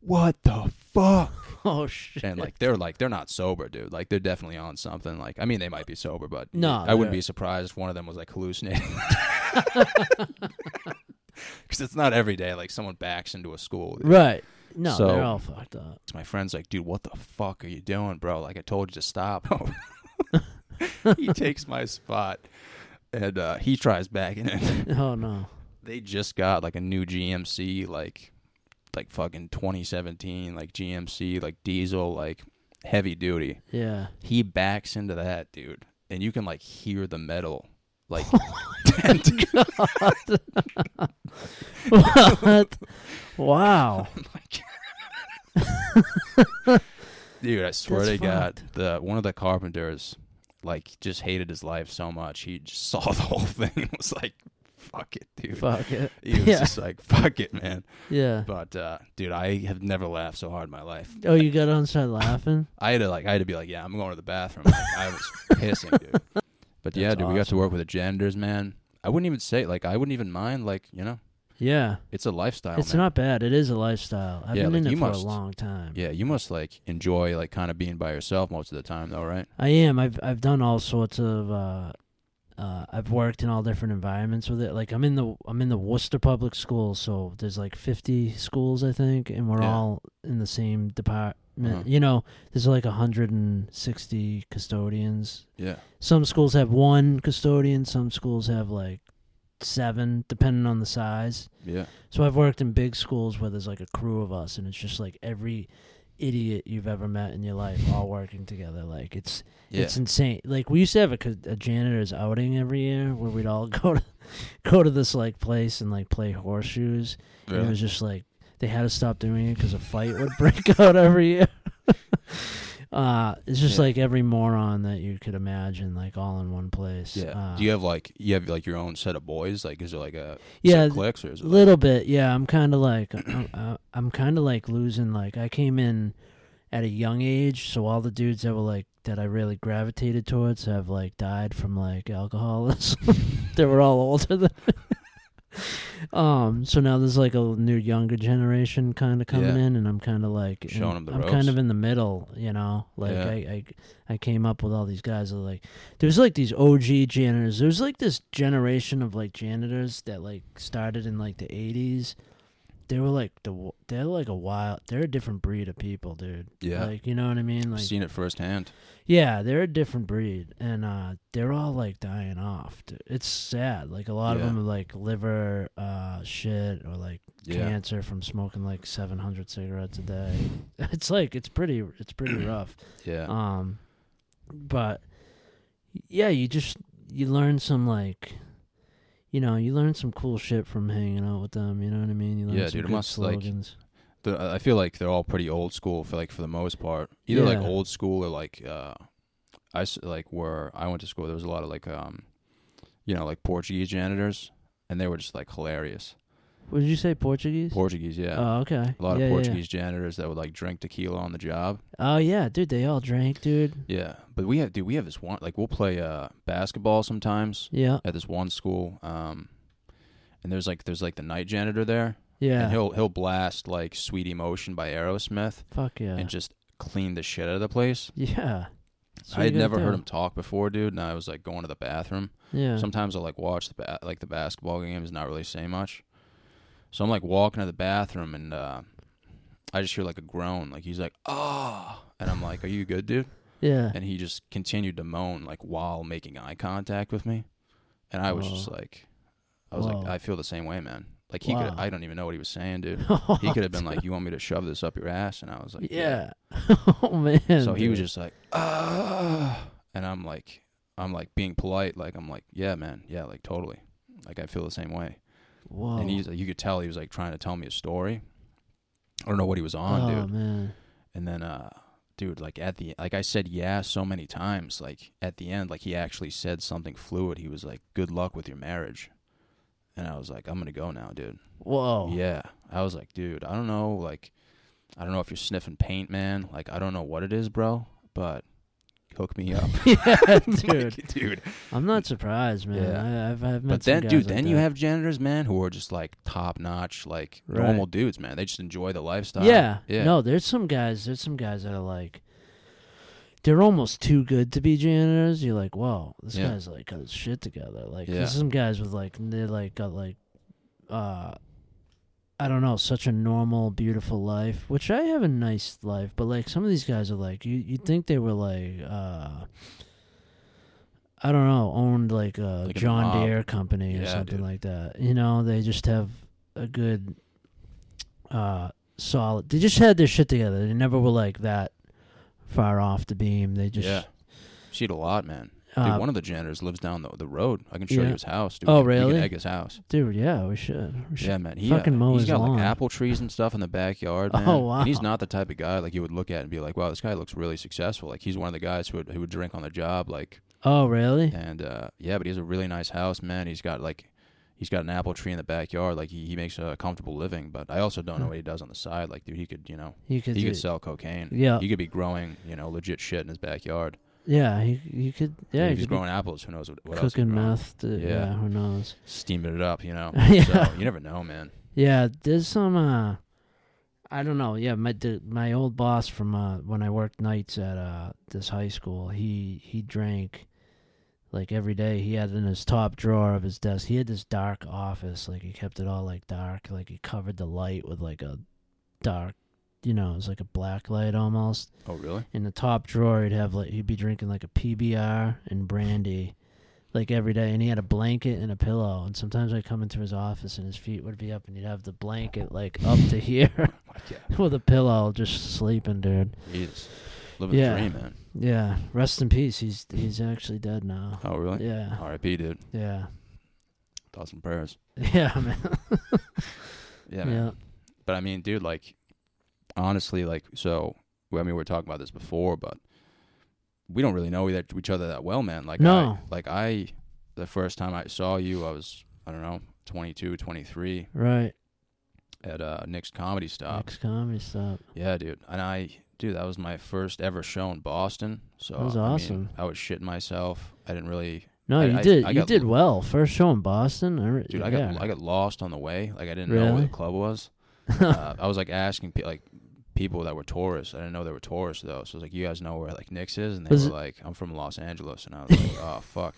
S2: what the
S1: *laughs*
S2: fuck?
S1: *laughs* Oh shit.
S2: And like they're like they're not sober, dude. Like they're definitely on something. Like I mean, they might be sober, but
S1: No,
S2: I wouldn't
S1: they're-
S2: be surprised if one of them was like
S1: *laughs*
S2: hallucinating. *laughs* Because it's not every day like someone backs into a school. dude.
S1: Right. No,
S2: So-
S1: they're all fucked up. *laughs*
S2: My friend's like, dude, what the fuck are you doing, bro? Like, I told you to stop. *laughs* he takes my spot and uh, he tries backing in.
S1: Oh no.
S2: *laughs* they just got like a new GMC, like, like fucking 2017, like GMC, like diesel, like heavy duty.
S1: Yeah. *laughs*
S2: He backs into that, dude. And you can like hear the metal, like, *laughs* dent.
S1: what?
S2: Oh
S1: *laughs* Wow.
S2: *laughs* dude, I swear to
S1: That's
S2: God, the one of the carpenters, like, just hated his life so much. He just *laughs* saw the whole thing and was like, "Fuck it, dude."
S1: Fuck it.
S2: He was
S1: Yeah.
S2: just like, "Fuck it, man."
S1: Yeah.
S2: But uh, dude, I have never laughed so hard in my life.
S1: Oh, you got on side laughing?
S2: I had to like, I had to be like, "Yeah, *laughs* I'm going to the bathroom." Like, I
S1: *laughs*
S2: was pissing, dude. But yeah,
S1: That's
S2: dude, we got to
S1: awesome.
S2: work with the janitors, man. I wouldn't even say like, I wouldn't even mind like, you know,
S1: *laughs* Yeah.
S2: it's a lifestyle.
S1: it's
S2: man.
S1: not bad. It is a lifestyle. I've
S2: Yeah,
S1: been
S2: like,
S1: in
S2: you
S1: it for
S2: must-
S1: a long time.
S2: Yeah, you must like enjoy like kind of being by yourself most of the time, though, right?
S1: I am. I've I've done all sorts of. Uh, uh, I've worked in all different environments with it. Like I'm in the I'm in the Worcester Public Schools, so there's like 50 schools I think, and we're
S2: Yeah.
S1: all in the same department.
S2: Uh-huh.
S1: You know, there's like 160 custodians.
S2: Yeah.
S1: Some schools have one custodian. Some schools have like seven, depending on the size.
S2: Yeah.
S1: So I've worked in big schools where there's like a crew of us, and it's just like every idiot you've ever met in your life all working together. Like it's
S2: Yeah.
S1: it's insane. Like we used to have a, co- a janitor's outing every year where we'd all *laughs* go to go to this like place and like play horseshoes. And it was just like they had to stop doing it because a fight would break *laughs* out every year. uh, it's just
S2: Yeah.
S1: like every moron that you could imagine, like all in one place.
S2: Yeah.
S1: Uh,
S2: Do you have like you have like your own set of boys? Like, is there like a set
S1: yeah,
S2: of clicks or is it like,
S1: little bit yeah i'm kind of like I'm- uh, i'm kind of like losing like i came in at a young age so all the dudes that were like that i really gravitated towards have like died from like alcoholism *laughs* they were all older than *laughs* um so now there's like a new younger generation kind of coming
S2: Yeah.
S1: in and i'm kind of like in-
S2: Showing 'em the
S1: i'm
S2: ropes.
S1: kind of in the middle you know like
S2: Yeah.
S1: I, I i came up with all these guys that are like there's like these OG janitors. There's like this generation of like janitors that like started in like the 80s. They were like the w- they're like a wild they're a different breed of people, dude.
S2: Yeah.
S1: Like you know what I mean?
S2: I've
S1: Like
S2: seen it firsthand.
S1: yeah, they're a different breed and uh they're all like dying off. Dude. It's sad. Like a lot of
S2: Yeah.
S1: them are like liver uh shit or like
S2: Yeah.
S1: cancer from smoking like 700 cigarettes a day. *laughs* It's like it's pretty
S2: *clears throat*
S1: it's pretty rough.
S2: Yeah.
S1: Um, but yeah, you just you learn some like, you know, you learn some cool shit from hanging out with them. You know what I mean? You learn
S2: Yeah,
S1: some
S2: dude, it
S1: good
S2: must, like,
S1: slogans.
S2: The- I feel like they're all pretty old school for like for the most part. Either like
S1: Yeah.
S2: old school or like uh, I s- like where I went to school. There was a lot of like um, you know, like Portuguese janitors, and they were just like hilarious.
S1: What did you say Portuguese?
S2: Portuguese, yeah.
S1: Oh, okay.
S2: a lot
S1: Yeah,
S2: of
S1: yeah, yeah.
S2: Portuguese janitors that would like drink tequila on the job.
S1: Oh yeah, dude, they all drank, dude.
S2: Yeah, but we have, dude, we have this one. Like, we'll play uh, basketball sometimes
S1: Yeah,
S2: at this one school. Um, and there's like, there's like the night janitor there, and
S1: yeah.
S2: he'll he'll blast like "Sweet Emotion" by Aerosmith
S1: Fuck yeah.
S2: and just clean the shit out of the place.
S1: yeah. So
S2: I
S1: you
S2: had
S1: gotta
S2: never
S1: do.
S2: heard him talk before, dude. And I was like going to the bathroom.
S1: Yeah.
S2: Sometimes I like watch the ba- like the basketball games, not really say much. So I'm like walking to the bathroom, and uh, I just hear like a groan. Like he's like, "Ah," and I'm like, "Are you good, dude?"
S1: yeah.
S2: and he just continued to moan like while making eye contact with me and i was just
S1: Whoa.
S2: like i was like
S1: Whoa.
S2: i feel the same way man like he
S1: Wow.
S2: could i don't even know what he was saying
S1: *laughs*
S2: dude he could have been like you want me to shove this up your ass and i was like
S1: yeah. *laughs* oh man.
S2: so he was
S1: dude.
S2: just like ah and i'm like i'm like being polite like i'm like yeah man yeah like totally like i feel the same way
S1: Whoa.
S2: and he's like you could tell he was like trying to tell me a story i don't know what he was on dude
S1: oh man.
S2: and then uh dude like at the like i said yeah so many times like at the end like he actually said something fluid he was like good luck with your marriage and i was like i'm gonna go now dude
S1: Whoa.
S2: yeah i was like dude i don't know like i don't know if you're sniffing paint man like i don't know what it is bro but hook me up. *laughs*
S1: *laughs* yeah,
S2: Like,
S1: dude.
S2: dude.
S1: I'm not surprised, man.
S2: Yeah.
S1: I, I've I've met
S2: But
S1: some
S2: then,
S1: guys
S2: dude,
S1: like
S2: then you
S1: that.
S2: have janitors, man, who are just like top notch, like
S1: Right.
S2: normal dudes, man. They just enjoy the lifestyle.
S1: yeah,
S2: yeah.
S1: No, there's some guys. There's some guys that are like, they're almost too good to be janitors. You're like, whoa, this
S2: Yeah.
S1: guy's like got his shit together. Like,
S2: Yeah.
S1: there's some guys with like they like got like, uh, I don't know, such a normal, beautiful life. Which I have a nice life, but like some of these guys are like, you you think they were like, uh. I don't know, owned like a
S2: Like a
S1: John
S2: mob.
S1: Deere company or
S2: Yeah,
S1: something
S2: dude.
S1: like that. You know, they just have a good uh solid they just had their shit together they never were like that far off the beam they just
S2: yeah. She had a lot, man. Dude,
S1: uh,
S2: one of the janitors lives down the, the road. I can show
S1: yeah.
S2: you his house. Dude. We
S1: Oh,
S2: can- We
S1: really?
S2: can egg his house.
S1: dude yeah we should, we should.
S2: Yeah, man. He,
S1: fucking
S2: uh,
S1: mow
S2: he's
S1: his
S2: got
S1: lawn.
S2: like apple trees and stuff in the backyard,
S1: *laughs* Oh,
S2: man. And he's
S1: wow.
S2: not the type of guy like you would look at and be like, "Wow, this guy looks really successful." Like he's one of the guys who would, who would drink on the job,
S1: *laughs*
S2: like
S1: oh really
S2: and uh, yeah, but he has a really nice house, man. He's got like he's got an apple tree in the backyard. Like he, he makes a comfortable living, but I also don't know
S1: Huh.
S2: what he does on the side. Like dude, he could you know
S1: you could
S2: he
S1: do-
S2: could sell cocaine.
S1: yeah
S2: He could be growing you know legit shit in his backyard.
S1: yeah he, you could yeah
S2: if
S1: you
S2: he's
S1: could be
S2: growing apples, who knows what, what else he's
S1: cooking
S2: growing.
S1: meth to, yeah.
S2: Yeah.
S1: who knows
S2: steaming it up, you know.
S1: *laughs* Yeah.
S2: So you never know, man.
S1: yeah there's some uh I don't know. Yeah, my the, my old boss from uh, when I worked nights at uh, this high school, he he drank like every day. He had in his top drawer of his desk. He had this dark office. Like he kept it all like dark. Like he covered the light with like a dark, you know, it was like a black light almost.
S2: Oh
S1: *laughs*
S2: really?
S1: In the top drawer, he'd have like he'd be drinking like a PBR and brandy, like every day. And he had a blanket and a pillow. And sometimes I'd come into his office and his feet would be up, and he'd have the blanket like up to here *laughs*
S2: My God,
S1: with a pillow, just sleeping, dude.
S2: Jesus, living
S1: Yeah.
S2: the dream, man.
S1: Yeah, rest in peace. He's he's actually dead now.
S2: Oh really?
S1: Yeah,
S2: R.I.P. Dude,
S1: yeah, *laughs*
S2: thoughts and prayers.
S1: yeah,
S2: *laughs*
S1: man.
S2: Yeah, man.
S1: Yeah,
S2: But I mean, dude, like, honestly, like, so I mean, we were talking about this before, but we don't really know that- each other that well, man. Like,
S1: No.
S2: I, like I, the first time I saw you, I was I don't know, 22, 23
S1: right.
S2: at uh, Nick's Comedy Stop.
S1: Next comedy stop.
S2: Yeah, dude, and I, dude, that was my first ever show in Boston. So
S1: That was
S2: I mean,
S1: awesome.
S2: I was shitting myself. I didn't really,
S1: No,
S2: I-
S1: you
S2: I-
S1: did.
S2: I
S1: you
S2: got-
S1: did well. First show in Boston. I re-
S2: dude. I
S1: yeah.
S2: got I got lost on the way. Like I didn't know where
S1: Really?
S2: the club
S1: *laughs*
S2: was. uh, I was like asking pe- like people that were tourists. I didn't know they were tourists though. So I was like, "You guys know where like Nick's is?" And they
S1: Was
S2: were like, "I'm from Los Angeles." And I was like,
S1: *laughs*
S2: "Oh fuck."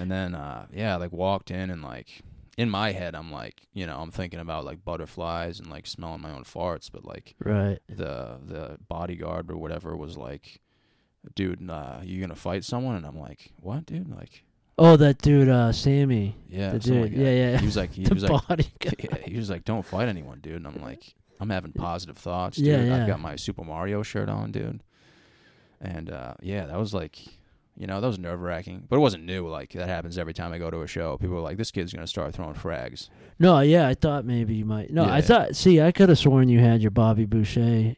S2: and then uh, yeah, I, like walked in and like in my head, I'm like, you know, I'm thinking about like butterflies and like smelling my own farts, but like
S1: right.
S2: the the bodyguard or whatever was like, "Dude, uh, you gonna fight someone?" And I'm like, "What, dude?" Like,
S1: Oh, that dude, uh, Sammy.
S2: yeah,
S1: the
S2: something
S1: dude.
S2: like that.
S1: yeah, yeah.
S2: He was like, he
S1: *laughs* the
S2: was like,
S1: body guy.
S2: *laughs* yeah, he was like, "Don't fight anyone, dude."
S1: *laughs*
S2: And I'm like, "I'm having positive thoughts, dude.
S1: Yeah, yeah.
S2: I've got my Super Mario shirt on, dude." And uh, yeah, that was like, you know, that was nerve wracking, but it wasn't new. Like that happens every time I go to a show. People are like, "This kid's gonna start throwing frags."
S1: No, yeah, I thought maybe you might. No, I
S2: Yeah.
S1: thought. See, I could have sworn you had your Bobby Boucher.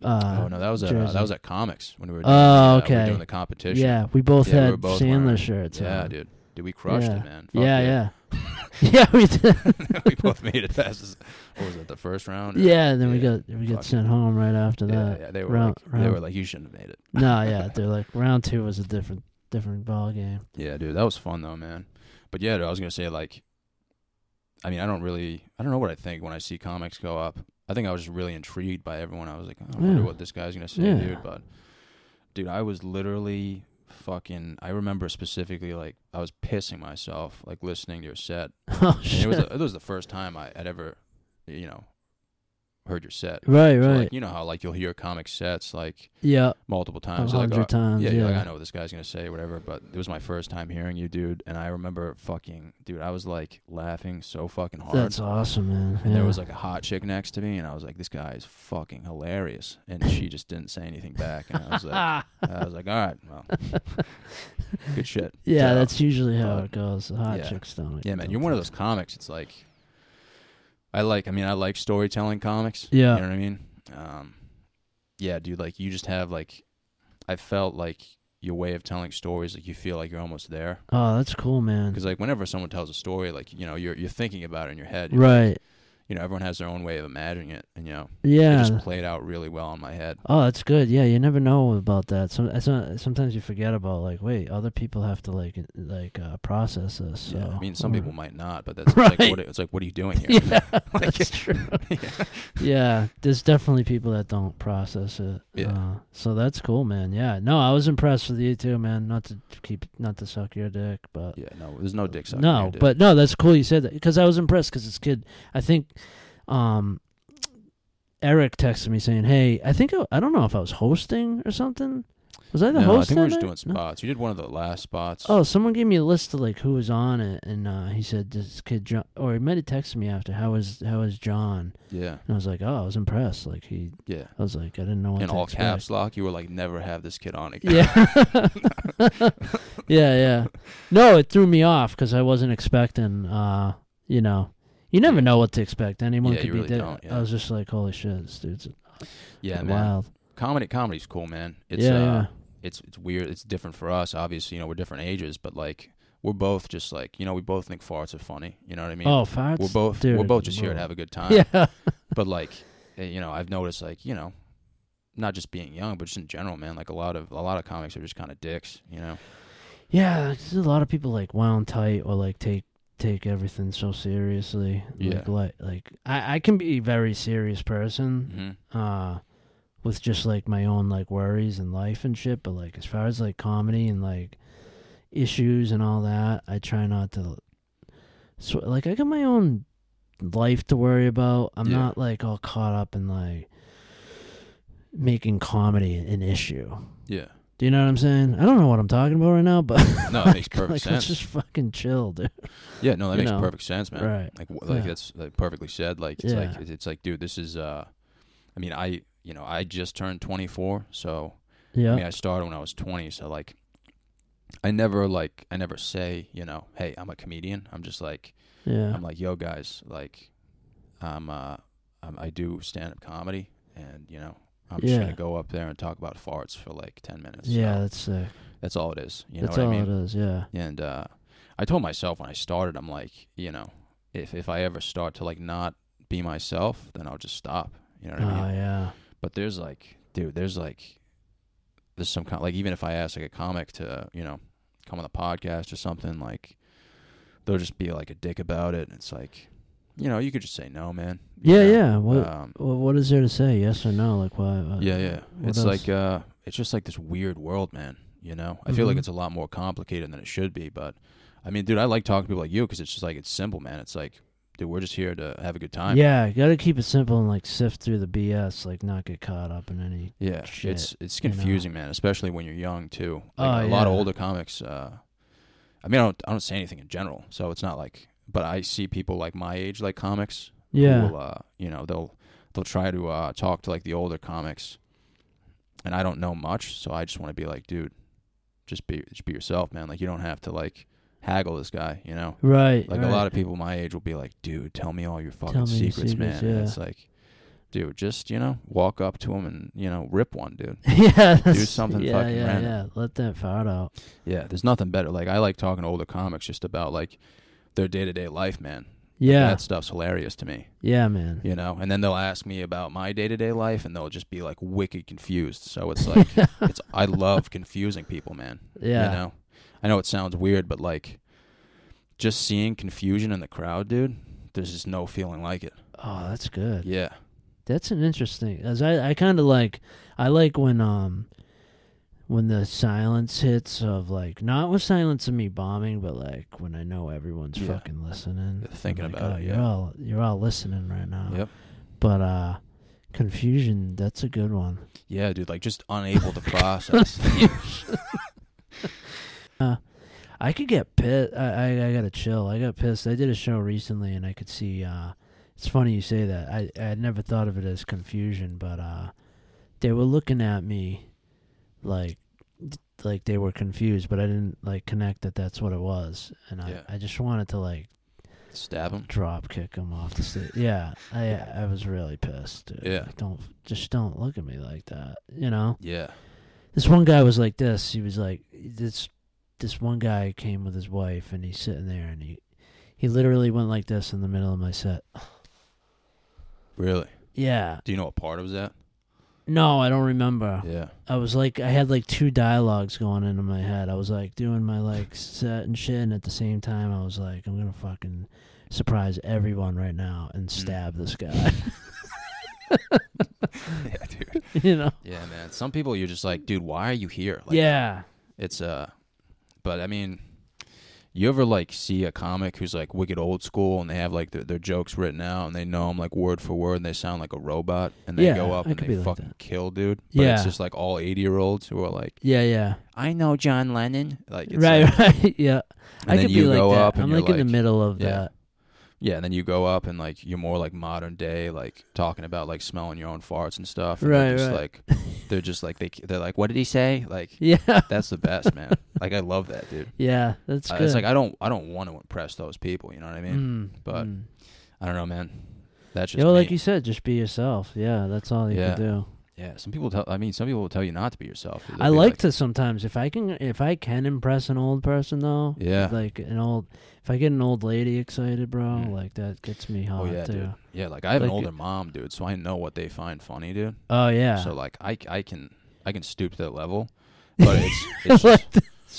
S1: Uh,
S2: oh no, that was at, uh,
S1: jersey.
S2: that was at comics when we were doing,
S1: Oh,
S2: the, uh, we were
S1: okay.
S2: doing the competition.
S1: yeah, we both
S2: Yeah, we
S1: had
S2: were both
S1: Sandler
S2: wearing-
S1: shirts.
S2: yeah,
S1: on.
S2: dude, dude, we crushed
S1: Yeah.
S2: it, man. Fuck
S1: yeah, yeah,
S2: *laughs*
S1: yeah. *laughs* We did.
S2: yeah. *laughs* we both made it past. this- What was it? The first round? or-
S1: Yeah, and then we
S2: Yeah.
S1: got we got
S2: Fuck.
S1: sent home right after
S2: Yeah,
S1: that.
S2: yeah, they were
S1: round-
S2: like, they
S1: round-
S2: were like, "You shouldn't have made it." *laughs*
S1: No, yeah, they're like round two was a different different ball game.
S2: Yeah, dude, that was fun though, man. But yeah, dude, I was gonna say like, I mean, I don't really, I don't know what I think when I see comics go up. I think I was just really intrigued by everyone. I was like, I wonder
S1: Yeah.
S2: what this guy's gonna say,
S1: Yeah.
S2: dude. But dude, I was literally fucking. I remember specifically like I was pissing myself like listening to your set.
S1: *laughs* Oh
S2: And
S1: shit!
S2: it
S1: *laughs*
S2: was it was the first time I had ever, you know, heard your set.
S1: right, right.
S2: So, like, you know how like you'll hear comic sets like
S1: yeah,
S2: multiple
S1: a
S2: times. You're like,
S1: hundred
S2: "Oh,
S1: times.
S2: yeah,
S1: Yeah,
S2: you're like I know what this guy's gonna say, or whatever. But it was my first time hearing you, dude, and I remember fucking, dude, I was like laughing so fucking hard.
S1: That's awesome, man.
S2: and there
S1: Yeah.
S2: was like a hot chick next to me, and I was like, this guy is fucking hilarious, and she just didn't say anything back, and I was
S1: *laughs*
S2: like, I was like, all right, well, good shit.
S1: *laughs* yeah,
S2: So,
S1: that's usually how
S2: but-
S1: it goes. The hot
S2: yeah.
S1: chicks don't.
S2: yeah, man.
S1: don't
S2: You're one of
S1: think-
S2: those comics. It's like, I like. I mean, I like storytelling comics.
S1: Yeah.
S2: you know what I mean. Um, yeah, dude. Like, you just have like, I felt like your way of telling stories. Like, you feel like you're almost there.
S1: Oh, that's cool, man.
S2: Because like whenever someone tells a story, like you know, you're you're thinking about it in your head. You're like-
S1: Right.
S2: you know, everyone has their own way of imagining it, and you know,
S1: Yeah.
S2: it just played out really well in my head.
S1: Oh, that's good. Yeah, you never know about that. Some it's not- sometimes you forget about like, wait, other people have to like like uh, process this. So.
S2: yeah, I mean, some
S1: *laughs*
S2: people might not, but that's like
S1: Mm. Right.
S2: what it- it's like. What are you doing
S1: *laughs*
S2: here?
S1: Yeah,
S2: *laughs* Like-
S1: that's true.
S2: *laughs* yeah.
S1: yeah, there's definitely people that don't process it.
S2: Yeah.
S1: Uh, so that's cool, man. Yeah. No, I was impressed with you too, man. Not to keep, not to suck your dick, but
S2: Yeah, no, there's no Oh, dick sucking.
S1: no,
S2: here, dude.
S1: but no, that's cool. You said that because I was impressed because this kid, I think, um, Eric texted me saying, "Hey, I think I, I don't know if I was hosting or something. Was I
S2: no,
S1: the
S2: I
S1: host?
S2: think we we're
S1: that
S2: just
S1: night?
S2: doing
S1: No.
S2: spots. You did one of the last spots.
S1: Oh, someone gave me a list of like who was on it, and uh, he said this kid John, or he might have texted me after. How was how was John?
S2: yeah,
S1: And I was like, oh, I was impressed. Like he,
S2: yeah.
S1: I was like, I didn't know what
S2: In
S1: to
S2: all
S1: expect.
S2: caps lock, you were like, "Never have this kid on again."
S1: Yeah. *laughs* yeah, yeah. No, it threw me off because I wasn't expecting. Uh, you know, you never know what to expect. Anyone
S2: Yeah,
S1: could
S2: you
S1: be
S2: really
S1: there.
S2: don't, yeah.
S1: I was just like, holy shit, this dude's
S2: *laughs* yeah, man.
S1: wild.
S2: Comedy, comedy's cool, man. It's
S1: yeah,
S2: uh,
S1: yeah.
S2: it's it's weird. It's different for us, obviously. You know, we're different ages, but like we're both just like you know, we both think farts are funny. You know what I mean?
S1: oh, farts.
S2: we're both
S1: dude,
S2: we're both just here to
S1: whoa.
S2: have a good time.
S1: Yeah, *laughs*
S2: But like eh, you know, I've noticed like you know, not just being young, but just in general, man. Like a lot of a lot of comics are just kind of dicks. You know?
S1: yeah. 'cause There's a lot of people like wound tight or like take take everything so seriously.
S2: Yeah.
S1: Like, like, like I I can be a very serious person.
S2: Mm-hmm.
S1: uh with just like my own like worries and life and shit but like as far as like comedy and like issues and all that i try not to so like i got my own life to worry about i'm
S2: Yeah.
S1: not like all caught up in like making comedy an issue
S2: Yeah.
S1: do you know what i'm saying i don't know what i'm talking about right now but *laughs*
S2: No, it makes perfect
S1: like
S2: sense.
S1: let's just fucking chill dude
S2: yeah. No, that
S1: you
S2: makes
S1: know,
S2: perfect sense, man.
S1: right
S2: Like w- like
S1: Yeah.
S2: that's like perfectly said. Like it's like
S1: Yeah.
S2: it's- it's like dude, this is uh, I mean, I you know, I just turned 24, so
S1: yeah
S2: I mean, I started when I was 20, so like, I never like, I never say, you know, hey, I'm a comedian. I'm just like,
S1: yeah
S2: I'm like, yo, guys, like, I'm, uh, I'm I do stand up comedy, and you know, I'm just gonna
S1: Yeah.
S2: go up there and talk about farts for like 10 minutes.
S1: yeah
S2: so
S1: that's sick
S2: that's all it is. You know
S1: that's
S2: what
S1: all
S2: I mean?
S1: it is yeah
S2: And uh, I told myself when I started, I'm like, you know, if if I ever start to like not be myself, then I'll just stop. You know
S1: oh
S2: what I mean?
S1: yeah
S2: But there's like, dude, there's like, there's some kind like even if I ask like a comic to you know come on the podcast or something, like they'll just be like a dick about it, and it's like, you know, you could just say no, man. you
S1: yeah
S2: know?
S1: yeah what
S2: Um,
S1: Well, what is there to say? Yes or no? Like why? Uh,
S2: yeah, yeah.
S1: what
S2: It's
S1: else?
S2: like uh, it's just like this weird world, man. You know, I feel like
S1: Mhm.
S2: it's a lot more complicated than it should be, but I mean, dude, I like talking to people like you because it's just like it's simple, man. It's like, dude, we're just here to have a good time.
S1: yeah, you gotta keep it simple and like sift through the BS. Like not get caught up in any.
S2: Yeah,
S1: Shit,
S2: it's it's
S1: you know.
S2: confusing, man, especially when you're young too. Like, a
S1: Oh,
S2: lot of
S1: yeah.
S2: older comics. Uh, I mean, I don't I don't say anything in general, so it's not like. But I see people like my age, like comics. who
S1: Yeah,
S2: will, uh, you know, they'll they'll try to uh, talk to like the older comics, and I don't know much, so I just want to be like, dude, just be just be yourself, man. Like you don't have to like haggle this guy, you know.
S1: right.
S2: Like
S1: right.
S2: a lot of people my age will be like, dude, tell me all your fucking
S1: Tell me your
S2: secrets, man.
S1: secrets,
S2: And
S1: yeah.
S2: it's like, dude, just you know, walk up to him and you know, rip one, dude.
S1: *laughs* yeah, that's-
S2: something
S1: yeah,
S2: fucking
S1: yeah,
S2: random.
S1: yeah. Let that fart out.
S2: Yeah, there's nothing better. Like I like talking to older comics just about like their day to day life, man.
S1: Yeah,
S2: That stuff's hilarious to me,
S1: yeah, man.
S2: you know. And then they'll ask me about my day to day life, and they'll just be like wicked confused. So it's
S1: *laughs*
S2: like, it's I love confusing people, man.
S1: Yeah.
S2: You know, I know it sounds weird, but like, just seeing confusion in the crowd, dude. There's just no feeling like it.
S1: Oh, that's good.
S2: Yeah.
S1: That's an interesting. As I, I kind of like, I like when um, when the silence hits of like not with silence of me bombing, but like when I know everyone's
S2: Yeah.
S1: fucking listening,
S2: They're thinking
S1: I'm like,
S2: about
S1: oh,
S2: it,
S1: You're
S2: yeah.
S1: all you're all listening right now.
S2: Yep.
S1: But uh, confusion. That's a good one.
S2: Yeah, dude. Like just unable to process.
S1: *laughs* I could get pissed. I, I I gotta chill. I got pissed. I did a show recently, and I could see. Uh, it's funny you say that. I I had never thought of it as confusion, but uh, they were looking at me, like like they were confused, but I didn't like connect that that's what it was, and I
S2: Yeah.
S1: I just wanted to like
S2: Stab him.
S1: drop kick them off the stage. yeah, I I was really pissed. Dude.
S2: Yeah.
S1: Like, don't just don't look at me like that. You know.
S2: Yeah.
S1: this one guy was like this. He was like this. This one guy came with his wife, and he's sitting there, and he he literally went like this in the middle of my set.
S2: Really?
S1: Yeah.
S2: Do you know what part it was at?
S1: No, I don't remember. *laughs*
S2: Yeah.
S1: I was like, I had like two dialogues going into my head. I was like doing my like set and shit, and at the same time, I was like, I'm gonna fucking surprise everyone right now
S2: Mm.
S1: and stab this guy. *laughs*
S2: yeah, dude.
S1: you know?
S2: Yeah, man. Some people you're just like, dude, why are you here? Like,
S1: yeah.
S2: It's uh, but I mean, you ever like see a comic who's like wicked old school and they have like their, their jokes written out and they know them like word for word and they sound like a robot and they
S1: Yeah,
S2: go up
S1: I
S2: and
S1: could
S2: they
S1: be like
S2: fucking
S1: that.
S2: kill, dude. But
S1: Yeah.
S2: it's just like all eighty year olds who are like,
S1: Yeah. Yeah.
S2: I know John Lennon. Like, it's
S1: right.
S2: like-
S1: *laughs* right. Yeah.
S2: And
S1: I
S2: then
S1: could be
S2: you go
S1: like
S2: up
S1: that.
S2: and
S1: I'm
S2: you're
S1: like, in the
S2: like-
S1: middle of
S2: Yeah.
S1: that. *laughs*
S2: Yeah, and then you go up and like you're more like modern day, like talking about like smelling your own farts and stuff. And
S1: Right,
S2: They're just
S1: right.
S2: like they're just like they they're like, what did he say? Like
S1: *laughs* Yeah.
S2: that's the best, man. Like I love that, dude.
S1: Yeah. That's
S2: Uh,
S1: good.
S2: it's like I don't I don't want to impress those people. You know what I mean?
S1: Mm,
S2: but
S1: mm.
S2: I don't know, man. That's just
S1: Yeah, well,
S2: me.
S1: like you said, just be yourself. Yeah, that's all you
S2: Yeah.
S1: can do.
S2: yeah. Some people tell. I mean, some people will tell you not to be yourself. They'll
S1: I
S2: be
S1: like to sometimes if I can if I can impress an old person though.
S2: Yeah.
S1: Like an old if I get an old lady excited, bro,
S2: Mm.
S1: like that gets me hot
S2: Oh yeah,
S1: too.
S2: dude. Yeah, like I have an
S1: Like-
S2: older mom, dude, so I know what they find funny, dude.
S1: Oh yeah.
S2: So like I, I can I can stoop to that level, but
S1: *laughs*
S2: it's it's just,
S1: Like,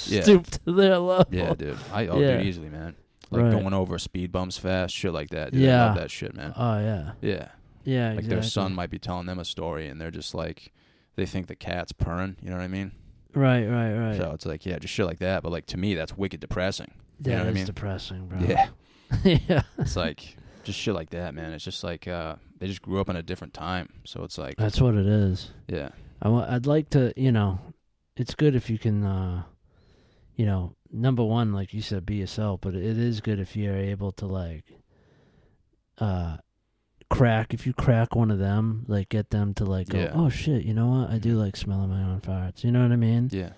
S2: yeah.
S1: Stoop to their level.
S2: Yeah, dude. I I'll
S1: Oh, Yeah.
S2: do it easily, man. Like
S1: Right.
S2: going over speed bumps fast, shit like that. Dude. I love
S1: Yeah.
S2: that shit, man.
S1: Oh yeah.
S2: yeah.
S1: Yeah,
S2: Like
S1: exactly.
S2: their son might be telling them a story and they're just like they think the cat's purring, you know what I mean?
S1: Right, right, right.
S2: So it's like, yeah, just shit like that. But like to me that's wicked depressing.
S1: That
S2: you know what I
S1: is
S2: mean?
S1: depressing, bro.
S2: Yeah.
S1: *laughs* yeah.
S2: It's like just shit like that, man. It's just like uh they just grew up in a different time. So it's like
S1: That's what it is.
S2: yeah.
S1: I w- I'd like to, you know, it's good if you can, uh, you know, number one, like you said, be yourself, but it is good if you're able to, like, uh, crack, if you crack one of them, like, get them to, like, go,
S2: Yeah. Mm-hmm.
S1: oh shit, you know what? I do like smelling my own farts. You know what I mean?
S2: Yeah.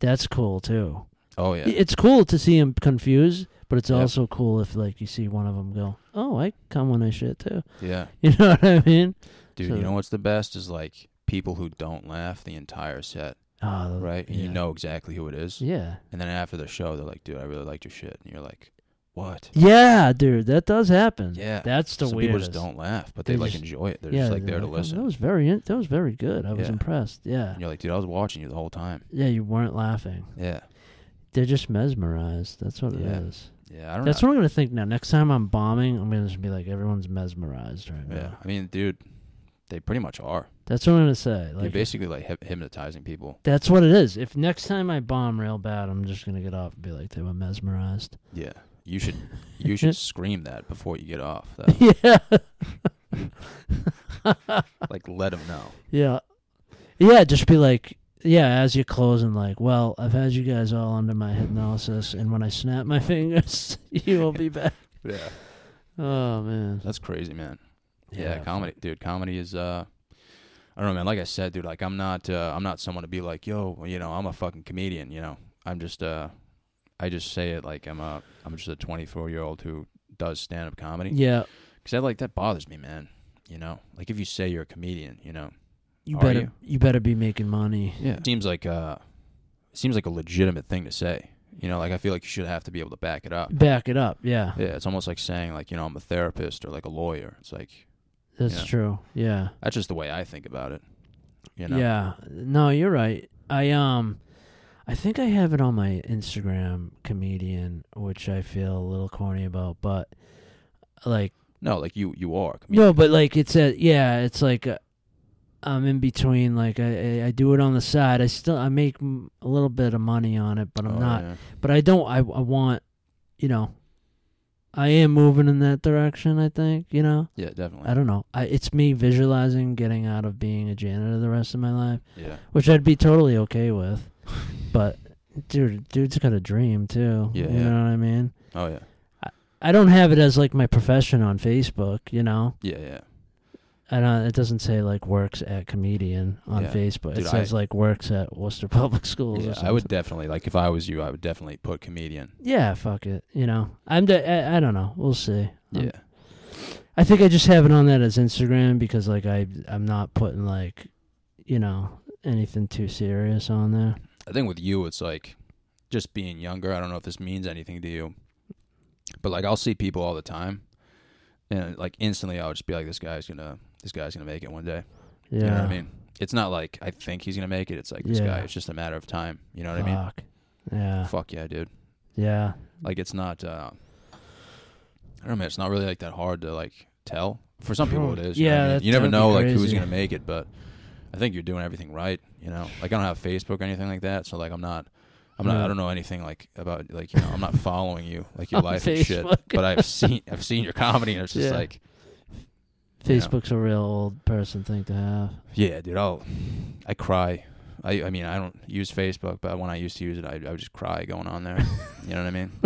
S1: That's cool, too.
S2: Oh yeah.
S1: It's cool to see him confused, but it's
S2: Yeah.
S1: also cool if, like, you see one of them go, oh, I come when I shit, too. *laughs*
S2: Yeah.
S1: You know what I mean?
S2: Dude,
S1: So-
S2: you know what's the best is like people who don't laugh the entire set,
S1: Oh,
S2: right? And
S1: yeah.
S2: you know exactly who it is.
S1: Yeah.
S2: And then after the show, they're like, "Dude, I really liked your shit," and you're like, "What?"
S1: Yeah, dude, that does happen.
S2: Yeah.
S1: that's the
S2: Some people
S1: weirdest.
S2: just don't laugh, but they,
S1: They
S2: like
S1: just-
S2: enjoy it. They're
S1: yeah,
S2: just like
S1: they're
S2: there to
S1: "Oh,
S2: listen.
S1: That was very, in- that was very good. I was
S2: Yeah.
S1: impressed. Yeah,
S2: and you're like, "Dude, I was watching you the whole time."
S1: yeah, you weren't laughing.
S2: Yeah,
S1: They're just mesmerized. That's what
S2: Yeah.
S1: it is.
S2: yeah. I don't
S1: That's
S2: know.
S1: what I'm gonna think now. Next time I'm bombing, I'm gonna just be like, everyone's mesmerized right now.
S2: yeah, I mean, dude, they pretty much are.
S1: That's what I'm gonna say.
S2: You're
S1: Like,
S2: basically like hy- hypnotizing people.
S1: that's what it is. If next time I bomb real bad, I'm just gonna get off and be like, they were mesmerized.
S2: Yeah, you
S1: *laughs*
S2: should you should scream that before you get off. That,
S1: yeah,
S2: like, let them know.
S1: yeah, yeah. Just be like. Yeah, as you're closing, like, well, I've had you guys all under my hypnosis, and when I snap my *laughs* fingers, you will be back.
S2: Yeah,
S1: Oh man.
S2: that's crazy, man. Yeah,
S1: Yeah,
S2: comedy, dude. Comedy is uh, I don't know, man. Like I said, dude, like I'm not uh, I'm not someone to be like, yo, you know, I'm a fucking comedian. You know, I'm just uh, I just say it like I'm a I'm just a 24 year old who does stand up comedy.
S1: Yeah,
S2: Cause that like that bothers me, man. You know, like if you say you're a comedian, you know,
S1: you
S2: Are
S1: better you?
S2: you?
S1: better be making money.
S2: yeah, seems like uh, seems like a legitimate thing to say. You know, like I feel like you should have to be able to back it up.
S1: Back it up. Yeah,
S2: Yeah, it's almost like saying like you know I'm a therapist or like a lawyer. It's like
S1: that's
S2: Yeah.
S1: true. Yeah,
S2: that's just the way I think about it. You know.
S1: yeah. No, you're right. I um, I think I have it on my Instagram comedian, which I feel a little corny about, but like
S2: No, like you you are. a comedian.
S1: no, but like it's a yeah, it's like i I'm in between. Like I, I I do it on the side. I still I make m- a little bit of money on it, but I'm
S2: Oh,
S1: not.
S2: yeah.
S1: But I don't. I I want, you know, I am moving in that direction. I think you know.
S2: Yeah, definitely.
S1: I don't know. I, it's me visualizing getting out of being a janitor the rest of my life,
S2: yeah.
S1: which I'd be totally okay with. *laughs* but dude, dude's got a dream too.
S2: Yeah,
S1: you
S2: yeah.
S1: know what I mean.
S2: Oh yeah.
S1: I don't have it as like my profession on Facebook. You know,
S2: Yeah, yeah.
S1: I don't. uh, It doesn't say like works at comedian on
S2: Yeah.
S1: Facebook.
S2: Dude,
S1: it
S2: I-
S1: says like works at Worcester Public Schools. or
S2: yeah
S1: something.
S2: I would definitely like if I was you, I would definitely put comedian.
S1: Yeah, fuck it. You know, I'm. De- I, I don't know. We'll see. I'm-
S2: Yeah.
S1: I think I just have it on that as Instagram because like I I'm not putting like you know anything too serious on there.
S2: I think with you it's like just being younger, I don't know if this means anything to you. But like I'll see people all the time and like instantly I would just be like, this guy's gonna this guy's gonna make it one day.
S1: Yeah.
S2: You know what I mean? It's not like I think he's gonna make it. It's like this
S1: Yeah. Ah.
S2: guy. It's just a matter of time. You know what I mean?
S1: Fuck. Yeah.
S2: Fuck yeah, dude.
S1: Yeah.
S2: Like it's not. Uh, I don't know. Man, it's not really like that hard to like tell. For some people, it is. You know
S1: Yeah,
S2: what I mean?
S1: that's
S2: you never
S1: gotta be
S2: know like who's
S1: crazy.
S2: gonna make it, but I think you're doing everything right. You know, like I don't have Facebook or anything like that, so like I'm not. I'm not.
S1: Yeah.
S2: I don't know anything like about like you know. I'm not following you like your
S1: *laughs* On
S2: life and shit.
S1: Facebook.
S2: But I've seen I've seen your comedy, and it's just
S1: Yeah.
S2: like,
S1: Facebook's a real old person thing to have.
S2: yeah, dude. I'll I cry. I I mean I don't use Facebook, but when I used to use it, I I would just cry going on there. you know what I mean?
S1: *laughs*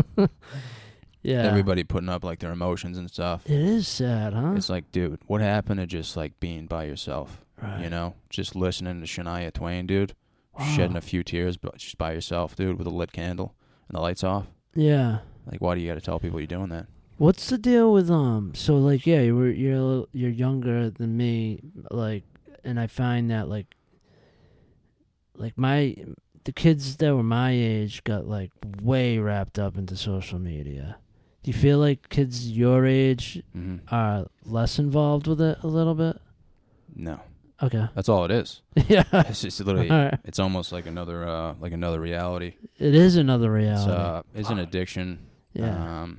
S1: Yeah.
S2: Everybody putting up like their emotions and stuff.
S1: It is sad, huh?
S2: It's like, dude, what happened to just like being by yourself?
S1: right.
S2: You know, just listening to Shania Twain, dude,
S1: Wow.
S2: shedding a few tears, but just by yourself, dude, with a lit candle and the lights off.
S1: Yeah.
S2: Like, why do you got to tell people you're doing that?
S1: What's the deal with um? So like, yeah, you were you're a little- you're younger than me, like, and I find that like, like my the kids that were my age got like way wrapped up into social media. Do you feel like kids your age
S2: hmm
S1: are less involved with it a little bit?
S2: No,
S1: Okay. *laughs*
S2: that's all it is. *laughs*
S1: yeah.
S2: It's just literally,
S1: *laughs* Alright.
S2: it's almost like another, uh, like another reality.
S1: It is another
S2: It's,
S1: reality.
S2: uh, it's an addiction.
S1: yeah.
S2: Um,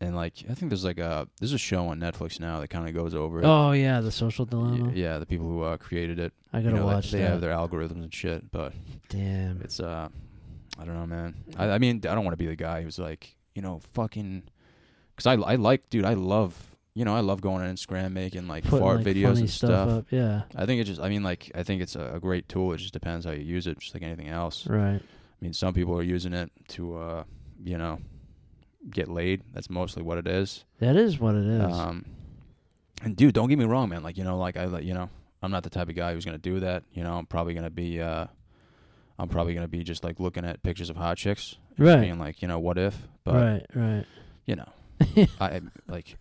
S2: and like, I think there's like a there's a show on Netflix now that kind of goes over it.
S1: oh yeah, the social
S2: Y-
S1: dilemma.
S2: yeah, the people who uh, created it.
S1: I
S2: You
S1: gotta
S2: know, they-
S1: watch
S2: they
S1: that.
S2: have their algorithms and shit, but
S1: Damn.
S2: It's uh, I don't know, man. I, I mean, I don't want to be the guy who's like, you know, fucking, because I I like, dude, I love, you know, I love going on Instagram making like
S1: Putting,
S2: fart
S1: like,
S2: videos
S1: funny
S2: and stuff.
S1: up. Yeah.
S2: I think it just, I mean, like, I think it's a, a great tool. It just depends how you use it, just like anything else.
S1: Right.
S2: I mean, some people are using it to, uh, you know, get laid. That's mostly what it is.
S1: That is what it is.
S2: Um, and dude, don't get me wrong, man. Like you know, like I, like, you know, I'm not the type of guy who's gonna do that. You know, I'm probably gonna be, uh, I'm probably gonna be just like looking at pictures of hot chicks, and just
S1: Right.
S2: being like, you know, what if? But
S1: right, right.
S2: you
S1: *laughs*
S2: know, I like,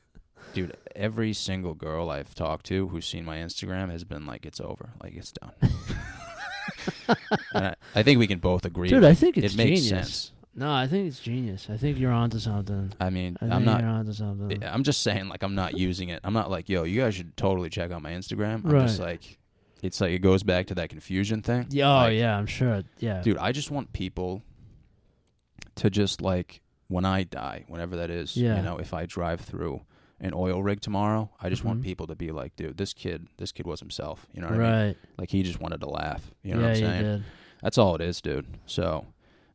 S2: dude, every single girl I've talked to who's seen my Instagram has been like, it's over, like it's
S1: *laughs*
S2: done. and I, I think we can both agree.
S1: Dude, I think it's
S2: it makes
S1: genius.
S2: sense.
S1: No, I think it's genius. I think you're onto something.
S2: I mean,
S1: I think
S2: I'm not.
S1: you're onto something.
S2: I'm just saying, like, I'm not using it. I'm not like, yo, you guys should totally check out my Instagram. I'm just like, it's like it goes back to that confusion thing.
S1: Yeah, oh
S2: Like,
S1: yeah, I'm sure. Yeah.
S2: dude, I just want people to just like when I die, whenever that is.
S1: Yeah.
S2: you know, if I drive through an oil rig tomorrow, I just want
S1: Mhm.
S2: people to be like, dude, this kid, this kid was himself. You know what I mean?
S1: right.
S2: Like he just wanted to laugh. You know
S1: yeah,
S2: what I'm saying?
S1: you did.
S2: That's all it is, dude. So,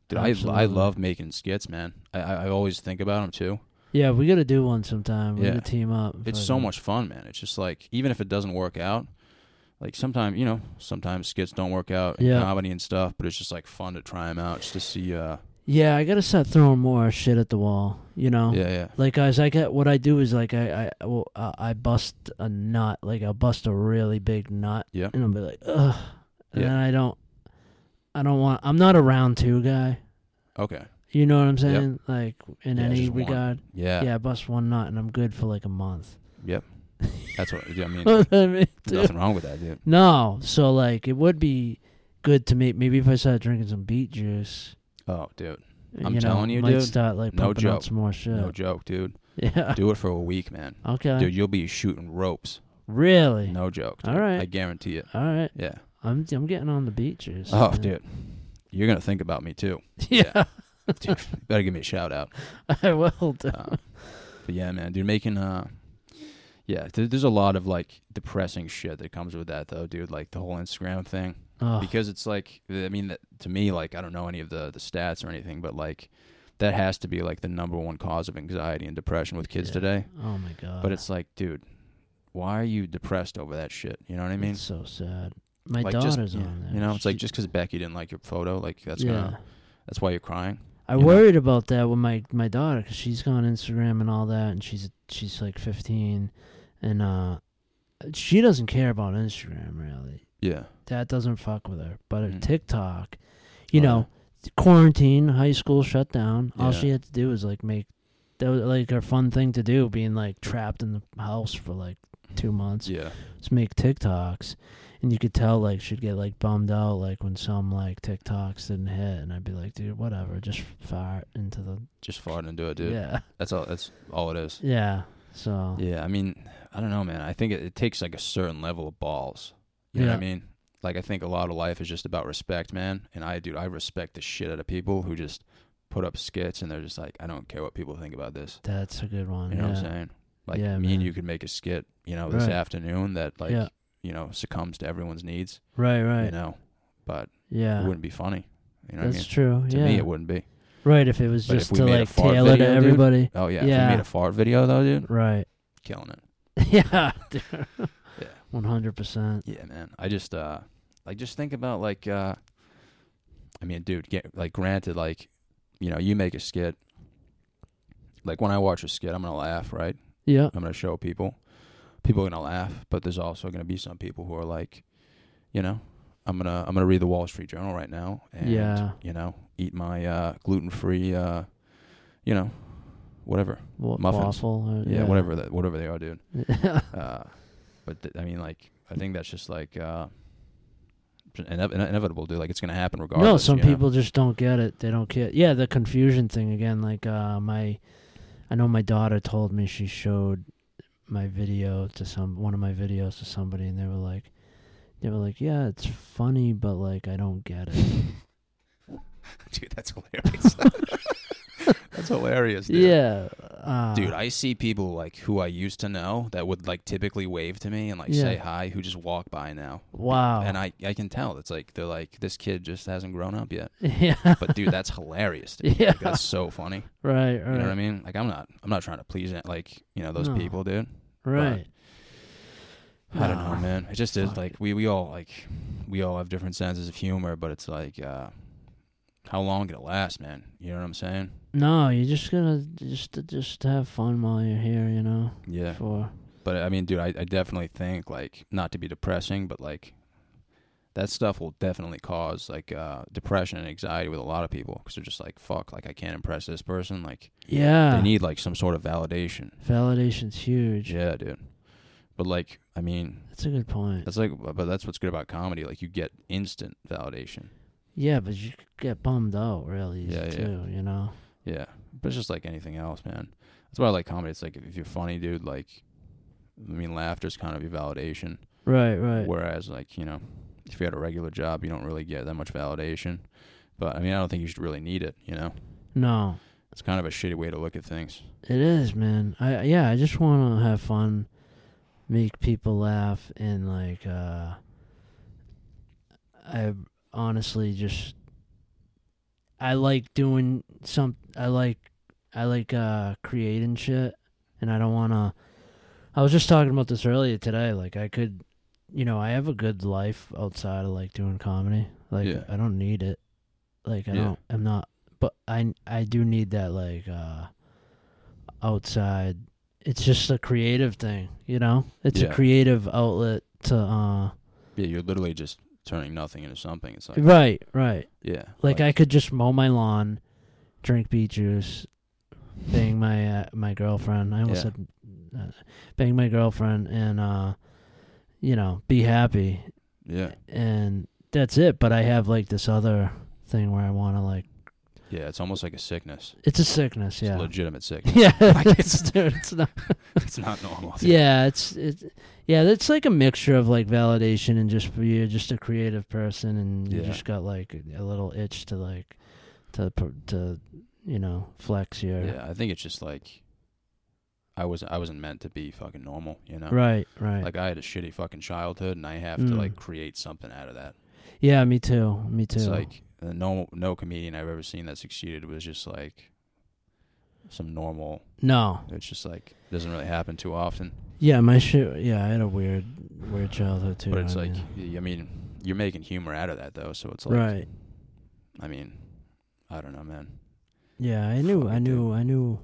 S2: dude, I, I
S1: Absolutely.
S2: love making skits, man. I, I I always think about them too.
S1: Yeah, we gotta do one sometime. We
S2: Yeah.
S1: gotta team up.
S2: it's so
S1: fucking-
S2: much fun, man. It's just like even if it doesn't work out, like sometimes you know sometimes skits don't work out, in
S1: Yeah.
S2: comedy and stuff, but it's just like fun to try them out just to see. Uh,
S1: Yeah, I gotta start throwing more shit at the wall. You know.
S2: Yeah, yeah,
S1: Like guys, I get what I do is like I I well, uh, I bust a nut. Like I will bust a really big nut.
S2: Yeah.
S1: And I'll be like, ugh. And
S2: Yeah.
S1: then I don't. I don't want. I'm not a round two guy.
S2: okay,
S1: You know what I'm
S2: Yep.
S1: saying? Like in
S2: Yeah,
S1: any
S2: just one.
S1: regard.
S2: yeah,
S1: Yeah, I bust one nut and I'm good for like a month. *laughs*
S2: *laughs* That's what I mean.
S1: Know what I mean, Oh, dude?
S2: *laughs* nothing wrong with that, dude.
S1: No, so like it would be good to me. Maybe if I started drinking some beet juice,
S2: Oh, dude, I'm
S1: you know,
S2: telling you,
S1: might
S2: dude,
S1: start like
S2: no
S1: pumping out
S2: joke.
S1: some more shit.
S2: no joke, dude.
S1: *laughs* yeah.
S2: Do it for a week, man.
S1: Okay.
S2: Dude, you'll be shooting ropes.
S1: really?
S2: No joke. dude.
S1: All right.
S2: I guarantee it.
S1: All right.
S2: Yeah.
S1: I'm I'm getting on the beet juice.
S2: Oh,
S1: man.
S2: dude, you're gonna think about me too.
S1: *laughs* Yeah,
S2: Dude, better give me a shout out.
S1: *laughs* I will. Do.
S2: Uh, but yeah, man, dude, making uh, yeah, th- there's a lot of like depressing shit that comes with that though, dude. Like the whole Instagram thing,
S1: Oh,
S2: because it's like, I mean, that, to me, like I don't know any of the the stats or anything, but like that has to be like the number one cause of anxiety and depression with kids
S1: yeah.
S2: today.
S1: Oh my god.
S2: But it's like, dude, why are you depressed over that shit? You know what I mean?
S1: It's so sad. My
S2: like
S1: daughter's
S2: just, yeah,
S1: on there.
S2: You know, it's like
S1: She-
S2: just because Becky didn't like your photo, like that's
S1: yeah.
S2: gonna that's why you're crying.
S1: I
S2: you know?
S1: worried about that with my my daughter because she's gone Instagram and all that, and she's she's like 15, and uh, she doesn't care about Instagram really.
S2: Yeah,
S1: That doesn't fuck with her. But her
S2: Mm.
S1: TikTok, you
S2: Oh,
S1: know, quarantine, high school shut down. All
S2: Yeah.
S1: she had to do was like make that was like her fun thing to do, being like trapped in the house for like two months
S2: yeah,
S1: just make TikToks, and you could tell like she'd get like bummed out like when some like TikToks didn't hit, and I'd be like, dude, whatever, just fart into the
S2: just farting into it, dude.
S1: yeah, *laughs*
S2: That's all. That's all it is.
S1: yeah, So
S2: Yeah, I mean, I don't know, man. I think it, it takes like a certain level of balls. You know what I
S1: Yeah.
S2: mean? Like I think a lot of life is just about respect, man. And I dude, I respect the shit out of people who just put up skits and they're just like, I don't care what people think about this.
S1: that's a good one.
S2: You know
S1: yeah.
S2: what I'm saying? Like
S1: Yeah,
S2: me
S1: man.
S2: and you could make a skit, you know, this
S1: Right.
S2: afternoon that like
S1: Yeah.
S2: you know, succumbs to everyone's needs.
S1: Right, right.
S2: You know. But
S1: yeah.
S2: it wouldn't be funny. You know
S1: that's
S2: what
S1: true.
S2: I mean? To
S1: yeah.
S2: me it wouldn't be.
S1: Right, if it was
S2: But if
S1: just
S2: we
S1: to
S2: made a
S1: like
S2: fart
S1: tailor
S2: video,
S1: to
S2: dude, *laughs*
S1: everybody.
S2: Oh yeah. If
S1: Yeah.
S2: we made a fart video though, dude,
S1: Right. *laughs*
S2: killing it.
S1: yeah.
S2: Yeah.
S1: One hundred percent.
S2: Yeah, man. I just uh like just think about like uh I mean, dude, get like granted like you know, you make a skit. Like when I watch a skit, I'm going to laugh, right?
S1: Yeah.
S2: I'm going to show people. People are going to laugh, but there's also going to be some people who are like, you know, I'm going to I'm going to read the Wall Street Journal right now and
S1: Yeah.
S2: you know, eat my uh gluten-free uh you know, whatever.
S1: Wa-
S2: Muffins.
S1: Waffle. Or,
S2: Yeah, whatever that whatever they are, dude.
S1: *laughs* yeah.
S2: Uh, but th- I mean, like, I think that's just like uh, inev- ine- inevitable, dude. Like, it's gonna happen regardless.
S1: No, some
S2: you know?
S1: people just don't get it. They don't get. Yeah, the confusion thing again. Like uh, my, I know my daughter told me she showed my video to some one of my videos to somebody, and they were like, they were like, yeah, it's funny, but like I don't get it.
S2: *laughs* *laughs* dude, that's hilarious. *laughs* that's hilarious, dude.
S1: yeah, uh,
S2: Dude, I see people like who I used to know that would like typically wave to me and like say
S1: Yeah. Oh.
S2: hi, who just walk by now,
S1: wow.
S2: and I I can tell it's like they're like this kid just hasn't grown up yet.
S1: *laughs* yeah,
S2: *laughs* But dude, that's hilarious. Dude.
S1: *laughs* yeah,
S2: Like, that's so funny.
S1: *laughs* right, right,
S2: You know what I mean? Like I'm not I'm not trying to please it, like you know those
S1: No.
S2: people, dude.
S1: right.
S2: I don't know,
S1: Ah,
S2: man. It just is
S1: fuck.
S2: like we, we all like we all have different senses of humor, but it's like uh how long can it last, man? You know what I'm saying?
S1: *sighs* No, you're just gonna just just have fun while you're here, you know.
S2: Yeah.
S1: For
S2: But I mean, dude, I, I definitely think like not to be depressing, but like that stuff will definitely cause like uh depression and anxiety with a lot of people because they're just like fuck, like I can't impress this person. Like
S1: yeah,
S2: they need like some sort of validation.
S1: validation's huge.
S2: Yeah, dude. But like, I mean,
S1: That's a good point.
S2: that's like, but that's what's good about comedy. Like you get instant validation.
S1: Yeah, but you could get bummed out really easy
S2: Yeah, yeah.
S1: too, you know.
S2: Yeah, but it's just like anything else, man. That's why I like comedy. It's like if you're funny, dude, like, I mean, laughter's kind of your validation.
S1: Right, right.
S2: Whereas, like, you know, if you had a regular job, you don't really get that much validation. But I mean, I don't think you should really need it. You know,
S1: No,
S2: it's kind of a shitty way to look at things.
S1: it is, man. I yeah, I just want to have fun, make people laugh, and like, uh I honestly just I like doing some. I like I like uh creating shit, and I don't want to. I was just talking about this earlier today. Like, I could, you know, I have a good life outside of like doing comedy. Like,
S2: Yeah.
S1: I don't need it. Like, I
S2: Yeah.
S1: don't. I'm not. But I I do need that like uh outside. It's just a creative thing, you know. It's
S2: Yeah.
S1: a creative outlet to uh
S2: Yeah, you're literally just turning nothing into something. It's like,
S1: right, right.
S2: yeah,
S1: Like, I could just mow my lawn, drink beet juice, bang my uh, my girlfriend. I almost
S2: Yeah.
S1: said uh, bang my girlfriend and uh you know, be happy
S2: yeah,
S1: and that's it, but I have like this other thing where I want to like
S2: yeah. It's almost like a sickness.
S1: it's a sickness,
S2: It's a
S1: yeah.
S2: legitimate sickness.
S1: *laughs* Yeah,
S2: *laughs* Like,
S1: it's, dude, it's not.
S2: it's not normal. dude.
S1: *laughs* Yeah, it's it's yeah, that's like a mixture of like validation and just you're just a creative person and you
S2: Yeah.
S1: just got like a little itch to like to pr- to you know flex your
S2: yeah. I think it's just like I was I wasn't meant to be fucking normal. You know,
S1: right right
S2: Like I had a shitty fucking childhood, and I have to
S1: Mm.
S2: like create something out of that.
S1: yeah me too me too
S2: It's like uh, no no comedian I've ever seen that succeeded was just like some normal.
S1: no
S2: It's just like doesn't really happen too often.
S1: yeah my shit yeah I had a weird weird childhood too
S2: but it's
S1: I
S2: like
S1: mean,
S2: y- I mean, you're making humor out of that though, so it's like
S1: right
S2: I mean, I don't know, man.
S1: yeah I knew
S2: Fuck
S1: I
S2: it,
S1: knew
S2: dude.
S1: I knew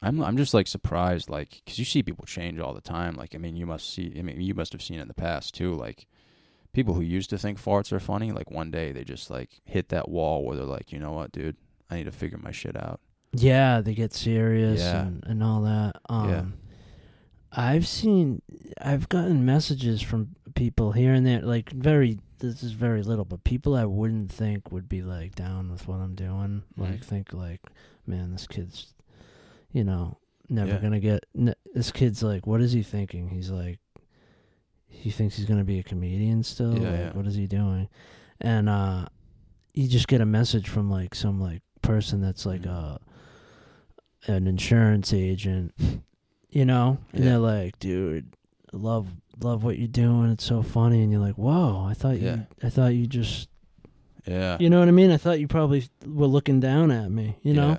S2: I'm I'm just like surprised, like, cause you see people change all the time. Like, I mean, you must see. I mean, you must have seen in the past too, like. People who used to think farts are funny, like one day they just like hit that wall where they're like, you know what, dude, I need to figure my shit out.
S1: Yeah, they get serious
S2: Yeah.
S1: and, and all that. Um
S2: Yeah.
S1: I've seen I've gotten messages from people here and there like very this is very little, but people I wouldn't think would be like
S2: Mm-hmm.
S1: down with what I'm doing. Like
S2: Mhm.
S1: think like, man, this kid's you know, never
S2: Yeah.
S1: gonna get. N- this kid's like, what is he thinking? He's like, he thinks he's gonna be a comedian still.
S2: Yeah,
S1: like,
S2: yeah.
S1: What is he doing? And uh, you just get a message from like some like person that's like
S2: Mhm.
S1: uh an insurance agent, you know, and
S2: Yeah.
S1: they're like, dude, love love what you're doing. It's so funny, and you're like, whoa, I thought
S2: Yeah. Uh,
S1: you, I thought you just
S2: Yeah.
S1: you know what I mean? I thought you probably were looking down at me. You know,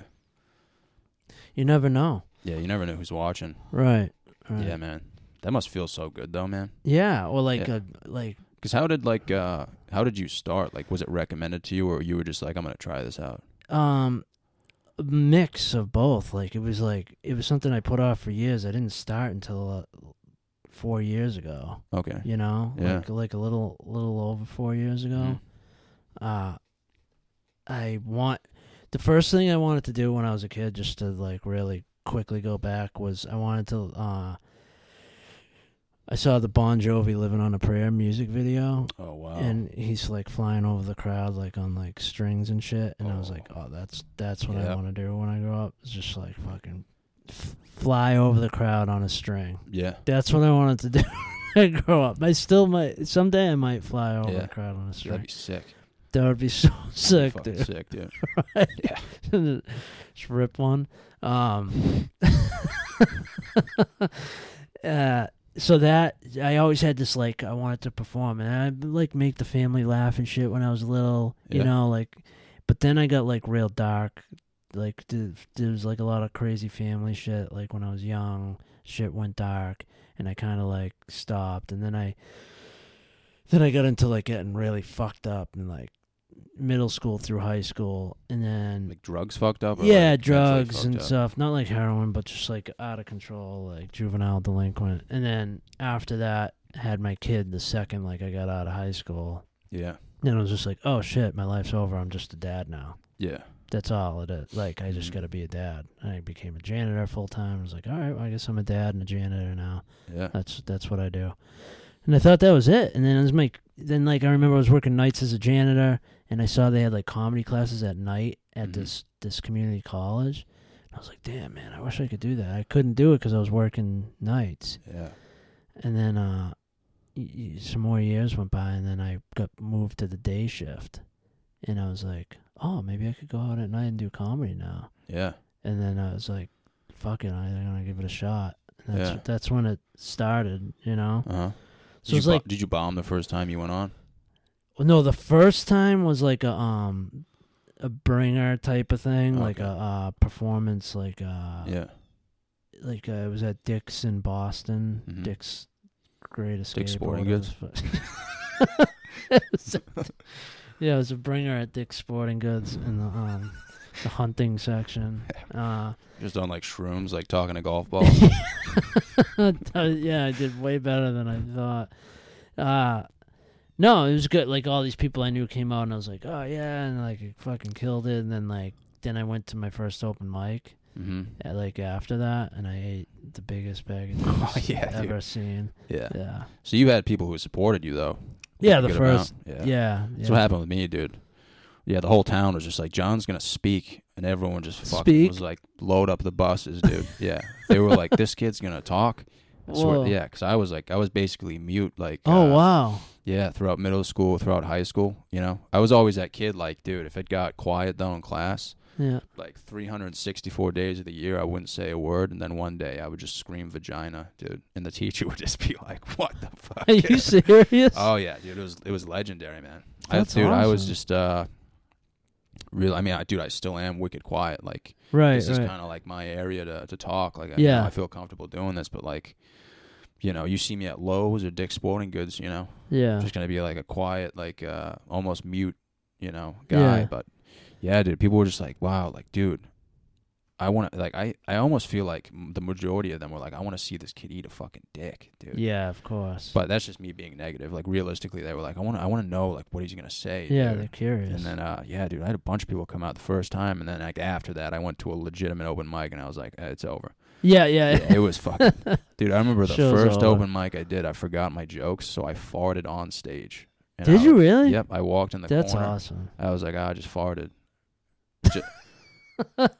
S1: you never know,
S2: Yeah, you never know who's watching.
S1: right? right.
S2: Yeah, man. That must feel so good though, man.
S1: yeah, or like
S2: Yeah.
S1: a like
S2: Cuz how did like uh how did you start? Like was it recommended to you or you were just like I'm going to try this out?
S1: um a mix of both. Like it was like it was something I put off for years. I didn't start until uh, four years ago.
S2: Okay.
S1: You know,
S2: Yeah.
S1: like like a little little over four years ago.
S2: Mhm.
S1: uh I want the first thing I wanted to do when I was a kid just to like really quickly go back was I wanted to uh I saw the Bon Jovi living on a prayer music video
S2: Oh wow.
S1: and he's like flying over the crowd like on like strings and shit and I was
S2: Oh.
S1: like oh that's that's what I
S2: Yep.
S1: want to do when I grow up is just like fucking f- fly over the crowd on a string
S2: yeah.
S1: that's what I wanted to do *laughs* when I grow up I still might someday I might fly over
S2: Yeah.
S1: the crowd on a string
S2: That'd be sick.
S1: that would be so
S2: That'd be
S1: sick,
S2: fucking
S1: dude.
S2: sick, dude.
S1: Just rip one. Um, *laughs* uh, so that I always had this like I wanted to perform, and I like make the family laugh and shit when I was little, you
S2: Yeah.
S1: know, like. But then I got like real dark, like th- there was like a lot of crazy family shit. Like when I was young, shit went dark, and I kind of like stopped, and then I. Then I got into like getting really fucked up in like middle school through high school, and then
S2: Like drugs fucked up or
S1: Mm. yeah,
S2: like, mentally
S1: drugs
S2: fucked
S1: and
S2: up?
S1: stuff. Not like heroin, but just like out of control, like juvenile delinquent. And then after that, had my kid the second like I got out of high school.
S2: Yeah.
S1: Then I was just like, oh shit, my life's over. I'm just a dad now.
S2: Yeah.
S1: That's all it is. Like I just
S2: Mhm.
S1: got to be a dad. I became a janitor full time. I was like, all right, well, I guess I'm a dad and a janitor now.
S2: Yeah.
S1: That's that's what I do. And I thought that was it. And then it was my then like I remember I was working nights as a janitor and I saw they had like comedy classes at night at
S2: Mhm.
S1: this this community college. And I was like, "Damn, man, I wish I could do that. I couldn't do it cuz I was working nights."
S2: Yeah.
S1: And then uh y- y- some more years went by and then I got moved to the day shift. And I was like, "Oh, maybe I could go out at night and do comedy now."
S2: Yeah.
S1: and then I was like, "Fuck it, I'm gonna give it a shot." And that's
S2: Yeah.
S1: that's when it started, you know.
S2: Uh-huh.
S1: So
S2: did,
S1: it's
S2: you bo-
S1: like,
S2: did you bomb the first time you went on?
S1: well, no, the first time was like a um a bringer type of thing, like
S2: Okay.
S1: a uh, performance, like uh
S2: yeah.
S1: like uh, it was at Dick's in Boston,
S2: Mhm.
S1: Dick's Great Escape, or
S2: Sporting
S1: whatever
S2: Goods?
S1: the fu- *laughs* It was a- yeah, it was a bringer at Dick's Sporting Goods in the um the hunting
S2: *laughs*
S1: section. Uh,
S2: Just on like shrooms, like talking to
S1: *laughs*
S2: golf balls.
S1: yeah, I did way better than I thought. Uh no, it was good. Like all these people I knew came out, and I was like, oh yeah, and like I fucking killed it. And then like then I went to my first open mic.
S2: mm-hmm.
S1: uh, Like after that, and I ate the biggest
S2: *laughs*
S1: bag of dicks
S2: Oh, yeah,
S1: ever
S2: dude.
S1: seen.
S2: *laughs* Yeah.
S1: Yeah,
S2: So you had people who supported you though.
S1: yeah,
S2: A
S1: the
S2: good
S1: first,
S2: amount.
S1: yeah.
S2: Yeah.
S1: yeah,
S2: That's what happened with me, dude. Yeah, the whole town was just like, John's gonna speak, and everyone just fucking
S1: Speak?
S2: was like, load up the buses,
S1: *laughs*
S2: dude. yeah, they were like, this kid's gonna talk. I swear-
S1: Whoa.
S2: yeah, because I was like, I was basically mute, like.
S1: Oh
S2: uh,
S1: wow,
S2: Yeah, throughout middle school, throughout high school, you know, I was always that kid. Like, dude, if it got quiet though in class, *laughs*
S1: yeah.
S2: like 364 days of the year, I wouldn't say a word, and then one day I would just scream vagina, dude, and the teacher *laughs* would just be like, what the fuck?
S1: Are *laughs* you serious?
S2: *laughs* Oh yeah, dude, it was it was legendary, man.
S1: That's
S2: I, dude, I was
S1: awesome.
S2: just uh real I mean, I, dude, I still am wicked quiet. Like
S1: right,
S2: this is
S1: right.
S2: kind of like my area to to talk. Like I,
S1: Yeah.
S2: I feel comfortable doing this, but like you know, you see me at Lowe's or Dick's Sporting Goods, you know,
S1: yeah,
S2: just gonna be like a quiet, like uh almost mute, you know, guy.
S1: Yeah.
S2: But yeah, dude, people were just like, wow, like dude. I want to like I, I almost feel like m- the majority of them were like I want to see this kid eat a fucking dick, dude.
S1: yeah, of course.
S2: But that's just me being negative. Like realistically, they were like, I want to, I want to know like what he's gonna say.
S1: yeah,
S2: dude.
S1: they're curious.
S2: And then, uh, yeah, dude, I had a bunch of people come out the first time, and then like after that, I went to a legitimate open mic, and I was like, eh, it's
S1: *laughs*
S2: over.
S1: yeah, yeah,
S2: Yeah, it was fucking, dude. I remember the
S1: Show's
S2: first
S1: over.
S2: open mic I did, I forgot my jokes, so I farted on stage. And
S1: Did
S2: I
S1: you
S2: was-
S1: really?
S2: Yep, I walked in the
S1: That's
S2: corner.
S1: *laughs* awesome.
S2: I was like, ah, I just farted,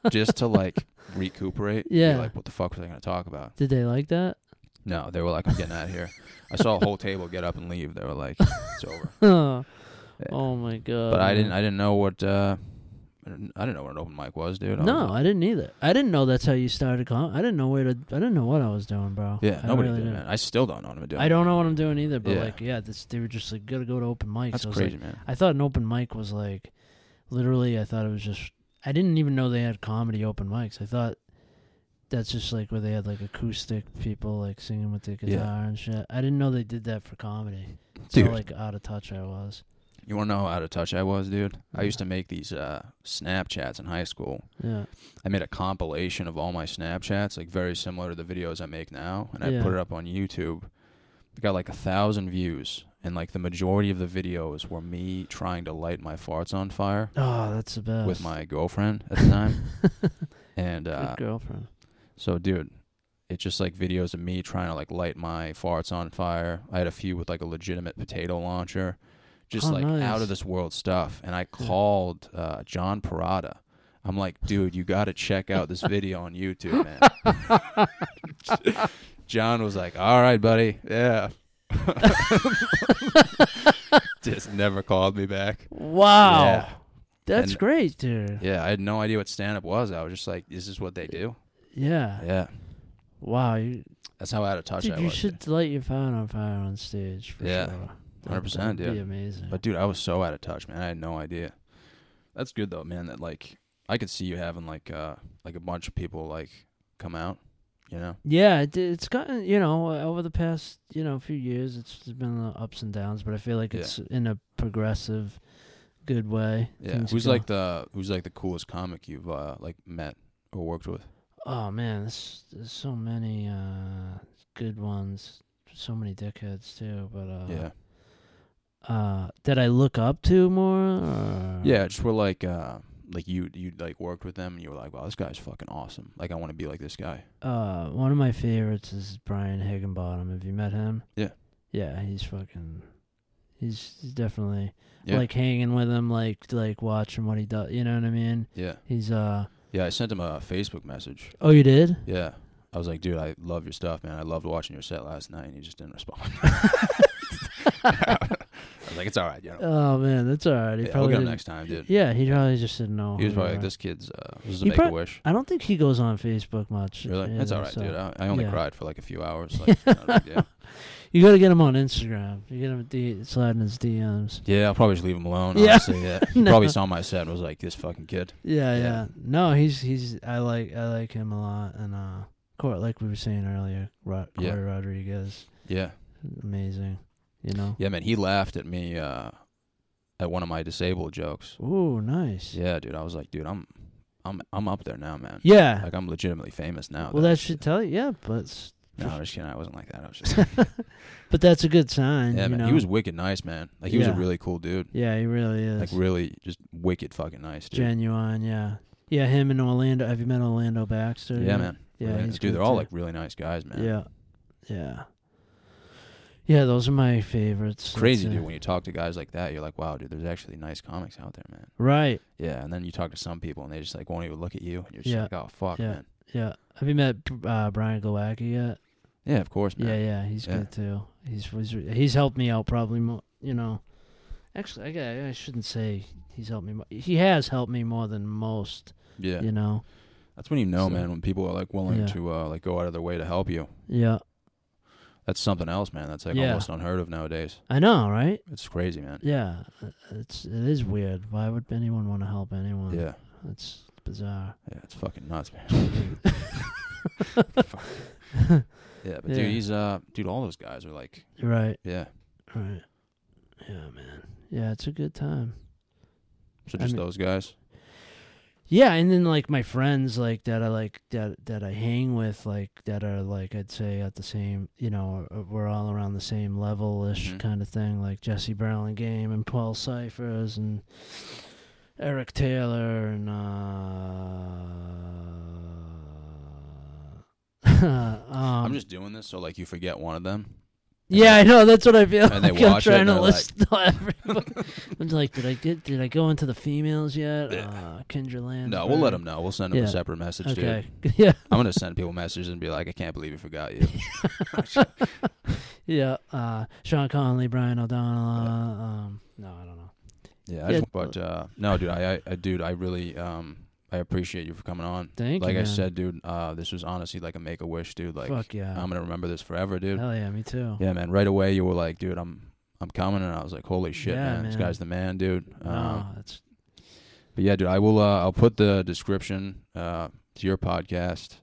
S2: just to like recuperate.
S1: Yeah.
S2: You're like, what the fuck was I going to talk about?
S1: Did they like that?
S2: No, they were like, I'm getting out of here. I saw a whole table get up and leave. They were like, it's
S1: *laughs*
S2: over. *laughs*
S1: oh
S2: Yeah.
S1: my god!
S2: But I didn't.
S1: man.
S2: I didn't know what. Uh, I didn't I didn't know what an open mic was, dude. I was
S1: no,
S2: like-
S1: I didn't either. I didn't know that's how you started. Com- I didn't know where to. I didn't know what I was doing, bro.
S2: yeah,
S1: I
S2: nobody
S1: really
S2: did,
S1: didn't.
S2: man. I still don't know what I'm doing.
S1: I don't know what I'm doing either. But
S2: Yeah.
S1: like, yeah, this they were just like gotta go to open mics.
S2: That's
S1: I was
S2: crazy,
S1: Like,
S2: man.
S1: I thought an open mic was like, literally. I thought it was just. I didn't even know they had comedy open mics. I thought that's just like where they had like acoustic people like singing with the guitar
S2: Yeah.
S1: and shit. I didn't know they did that for comedy. So
S2: Dude,
S1: like out of touch I was.
S2: you want to know how out of touch I was, dude? I
S1: Yeah.
S2: used to make these uh, Snapchats in high school.
S1: Yeah.
S2: I made a compilation of all my Snapchats, like very similar to the videos I make now, and I
S1: Yeah.
S2: put it up on YouTube. It got like a thousand views, and like the majority of the videos were me trying to light my farts on fire
S1: Oh, that's the best.
S2: with my girlfriend at the time.
S1: *laughs*
S2: and uh,
S1: Good girlfriend.
S2: So, dude, it's just like videos of me trying to like light my farts on fire. I had a few with like a legitimate potato launcher, just
S1: Oh,
S2: like
S1: nice.
S2: out of this world stuff. And I
S1: Yeah.
S2: called uh, John Parada. I'm like, dude, you got to check out this video on YouTube,
S1: *laughs*
S2: man. John was like, all right, buddy.
S1: *laughs*
S2: Yeah. just never called me back.
S1: Wow.
S2: Yeah.
S1: That's
S2: And-
S1: great, dude. Yeah.
S2: Yeah. I had no idea what stand up was. I was just like, is this what they do? Yeah.
S1: Wow. You,
S2: That's how out of touch
S1: dude,
S2: I
S1: you
S2: was. dude.
S1: should light your phone on fire on stage for
S2: Yeah.
S1: sure.
S2: 100%,
S1: That'd be
S2: dude.
S1: amazing.
S2: But dude, I was so out of touch, man. I had no idea. That's good though, man. That like I could see you having like uh like a bunch of people like come out, you know?
S1: yeah, it, it's gotten, you know, over the past, you know, few years, it's been the ups and downs, but I feel like
S2: Yeah.
S1: it's in a progressive, good way.
S2: Yeah.
S1: Things
S2: who's
S1: go-
S2: like the who's like the coolest comic you've uh like met or worked with?
S1: Oh man, this, there's so many uh, good ones, so many dickheads too. But uh,
S2: yeah.
S1: uh, that I look up to more. Or?
S2: Yeah, just were like uh like you you like worked with them and you were like, Wow, this guy's fucking awesome. Like I wanna be like this guy.
S1: Uh, one of my favorites is Brian Higginbottom. Have you met him?
S2: Yeah.
S1: Yeah, he's fucking. He's he's definitely
S2: Yeah.
S1: like hanging with him, like like watching what he does. You know what I mean?
S2: Yeah.
S1: He's uh.
S2: Yeah, I sent him a Facebook message.
S1: Oh, you did?
S2: Yeah. I was like, dude, I love your stuff, man. I loved watching your set last night and he just didn't respond.
S1: *laughs*
S2: *laughs* I was like, it's all right, you know.
S1: Oh man, that's alright. He
S2: Yeah, we'll
S1: probably
S2: get him
S1: didn't-
S2: next time, dude.
S1: Yeah, he probably just didn't know.
S2: He was
S1: who
S2: probably
S1: you
S2: like,
S1: were.
S2: "This kid's uh, this is a
S1: He
S2: make
S1: prob-
S2: a wish."
S1: I don't think he goes on Facebook much.
S2: Really,
S1: either,
S2: that's all right,
S1: so-
S2: dude. I, I only
S1: yeah.
S2: cried for like a few
S1: *laughs*
S2: hours. Like, not a big deal.
S1: You gotta get him on Instagram. You get him D- slide in his DMs.
S2: yeah, I'll probably just leave him alone.
S1: Yeah.
S2: Honestly,
S1: *laughs*
S2: yeah. He
S1: No.
S2: probably saw my set and was like, "This fucking kid."
S1: Yeah, yeah,
S2: Yeah.
S1: No, he's he's. I like I like him a lot, and uh, Court like we were saying earlier, Ro- Corey
S2: Yeah.
S1: Rodriguez,
S2: Yeah,
S1: amazing. You know.
S2: yeah, man. He laughed at me uh, at one of my disabled jokes.
S1: Ooh, nice.
S2: Yeah, dude. I was like, dude, I'm, I'm, I'm up there now, man.
S1: Yeah.
S2: Like I'm legitimately famous now.
S1: well,
S2: though.
S1: that should tell you. Yeah, but s-
S2: No, I'm just kidding. I wasn't like that. I
S1: *laughs*
S2: was just.
S1: but that's a good sign.
S2: yeah,
S1: you
S2: man.
S1: Know?
S2: He was wicked nice, man. Like he was a
S1: Yeah.
S2: really cool dude.
S1: Yeah, he really is.
S2: Like really, just wicked fucking nice, dude.
S1: genuine. Yeah. Yeah, him and Orlando. Have you met Orlando Baxter?
S2: yeah, man.
S1: Yeah,
S2: Really-
S1: he's
S2: dude,
S1: good
S2: they're all
S1: too.
S2: like really nice guys, man.
S1: Yeah. Yeah. Yeah, those are my favorites.
S2: crazy,
S1: That's, uh,
S2: dude. When you talk to guys like that, you're like, wow, dude, there's actually nice comics out there, man.
S1: Right.
S2: Yeah, and then you talk to some people and they just like won't even look at you, and you're just
S1: Yeah.
S2: like, oh fuck,
S1: Yeah.
S2: man.
S1: Yeah. Have you met uh, Brian Glowacki yet?
S2: Yeah, of course, man.
S1: Yeah, yeah, he's
S2: Yeah.
S1: good too. He's, he's he's helped me out probably more. You know, actually, I got- I shouldn't say he's helped me. More. He has helped me more than most.
S2: yeah.
S1: You know.
S2: That's when you know,
S1: So-
S2: man, when people are like willing
S1: Yeah.
S2: to uh, like go out of their way to help you.
S1: Yeah,
S2: That's something else, man. That's like
S1: Yeah.
S2: almost unheard of nowadays.
S1: I know, right?
S2: It's crazy, man.
S1: Yeah, it's it is weird. Why would anyone want to help anyone?
S2: Yeah,
S1: it's bizarre.
S2: yeah, it's fucking nuts, man. *laughs* Fuck. Yeah, but
S1: Yeah.
S2: dude, he's uh, dude, all those guys are like,
S1: Right,
S2: yeah.
S1: right. Yeah, man. Yeah, it's a good time.
S2: So
S1: I
S2: just
S1: mean-
S2: those guys.
S1: Yeah, and then like my friends like that I like that that I hang with like that are like I'd say at the same you know uh, we're all around the same level ish
S2: Mhm.
S1: kind of thing like Jesse Burlingame and Paul Cyphers and Eric Taylor and uh *laughs* um,
S2: I'm just doing this so like you forget one of them.
S1: um, *laughs* Yeah, I know. That's what I feel.
S2: And they
S1: like, I'm
S2: watch it
S1: trying
S2: and
S1: to
S2: they're
S1: list everybody. *laughs* I'm just like, did I get? Did I go into the females yet?
S2: Yeah.
S1: Uh, Kendra Land.
S2: No, we'll let them know. We'll send them
S1: Yeah.
S2: a separate message, dude.
S1: Okay. *laughs* Yeah.
S2: I'm gonna send people messages and be like, I can't believe we forgot
S1: *laughs*
S2: you.
S1: Yeah. Uh, Sean Conley, Brian O'Donnell. Uh, um, no, I don't know.
S2: Yeah, I
S1: Yeah.
S2: Just, but uh, no, dude, I, I, I, dude, I really, um, I appreciate you for coming on.
S1: Thank
S2: like
S1: you.
S2: I
S1: man.
S2: said, dude, uh, this was honestly like a make a wish, dude. Like,
S1: Fuck yeah.
S2: I'm gonna remember this forever, dude.
S1: Hell yeah, me too.
S2: Yeah, man. Right away, you were like, dude, I'm, I'm coming, and I was like, holy shit,
S1: Yeah,
S2: man, this
S1: man.
S2: guy's the man, dude. Um,
S1: Oh, that's
S2: But yeah, dude, I will. Uh, I'll put the description uh, to your podcast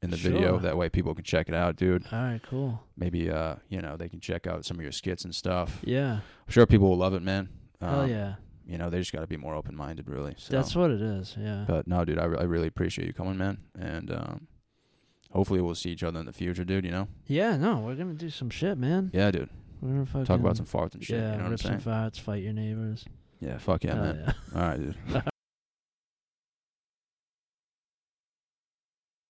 S2: in the video.
S1: Sure.
S2: That way, people can check it out, dude.
S1: all right. Cool.
S2: Maybe uh, you know they can check out some of your skits and stuff.
S1: Yeah.
S2: I'm sure people will love it, man. Um,
S1: Hell yeah.
S2: You know, they just got to be more open minded, really. So.
S1: That's what it is. Yeah.
S2: But no, dude, I, re- I really appreciate you coming, man. And um, hopefully, we'll see each other in the future, dude. You know?
S1: yeah. No, we're gonna do some shit, man.
S2: Yeah, dude.
S1: We're gonna fucking
S2: Talk about some farts and shit.
S1: Yeah.
S2: you know what I'm
S1: rip
S2: saying?
S1: some farts. Fight your neighbors.
S2: yeah. Fuck yeah,
S1: Hell
S2: man.
S1: yeah.
S2: All right, dude.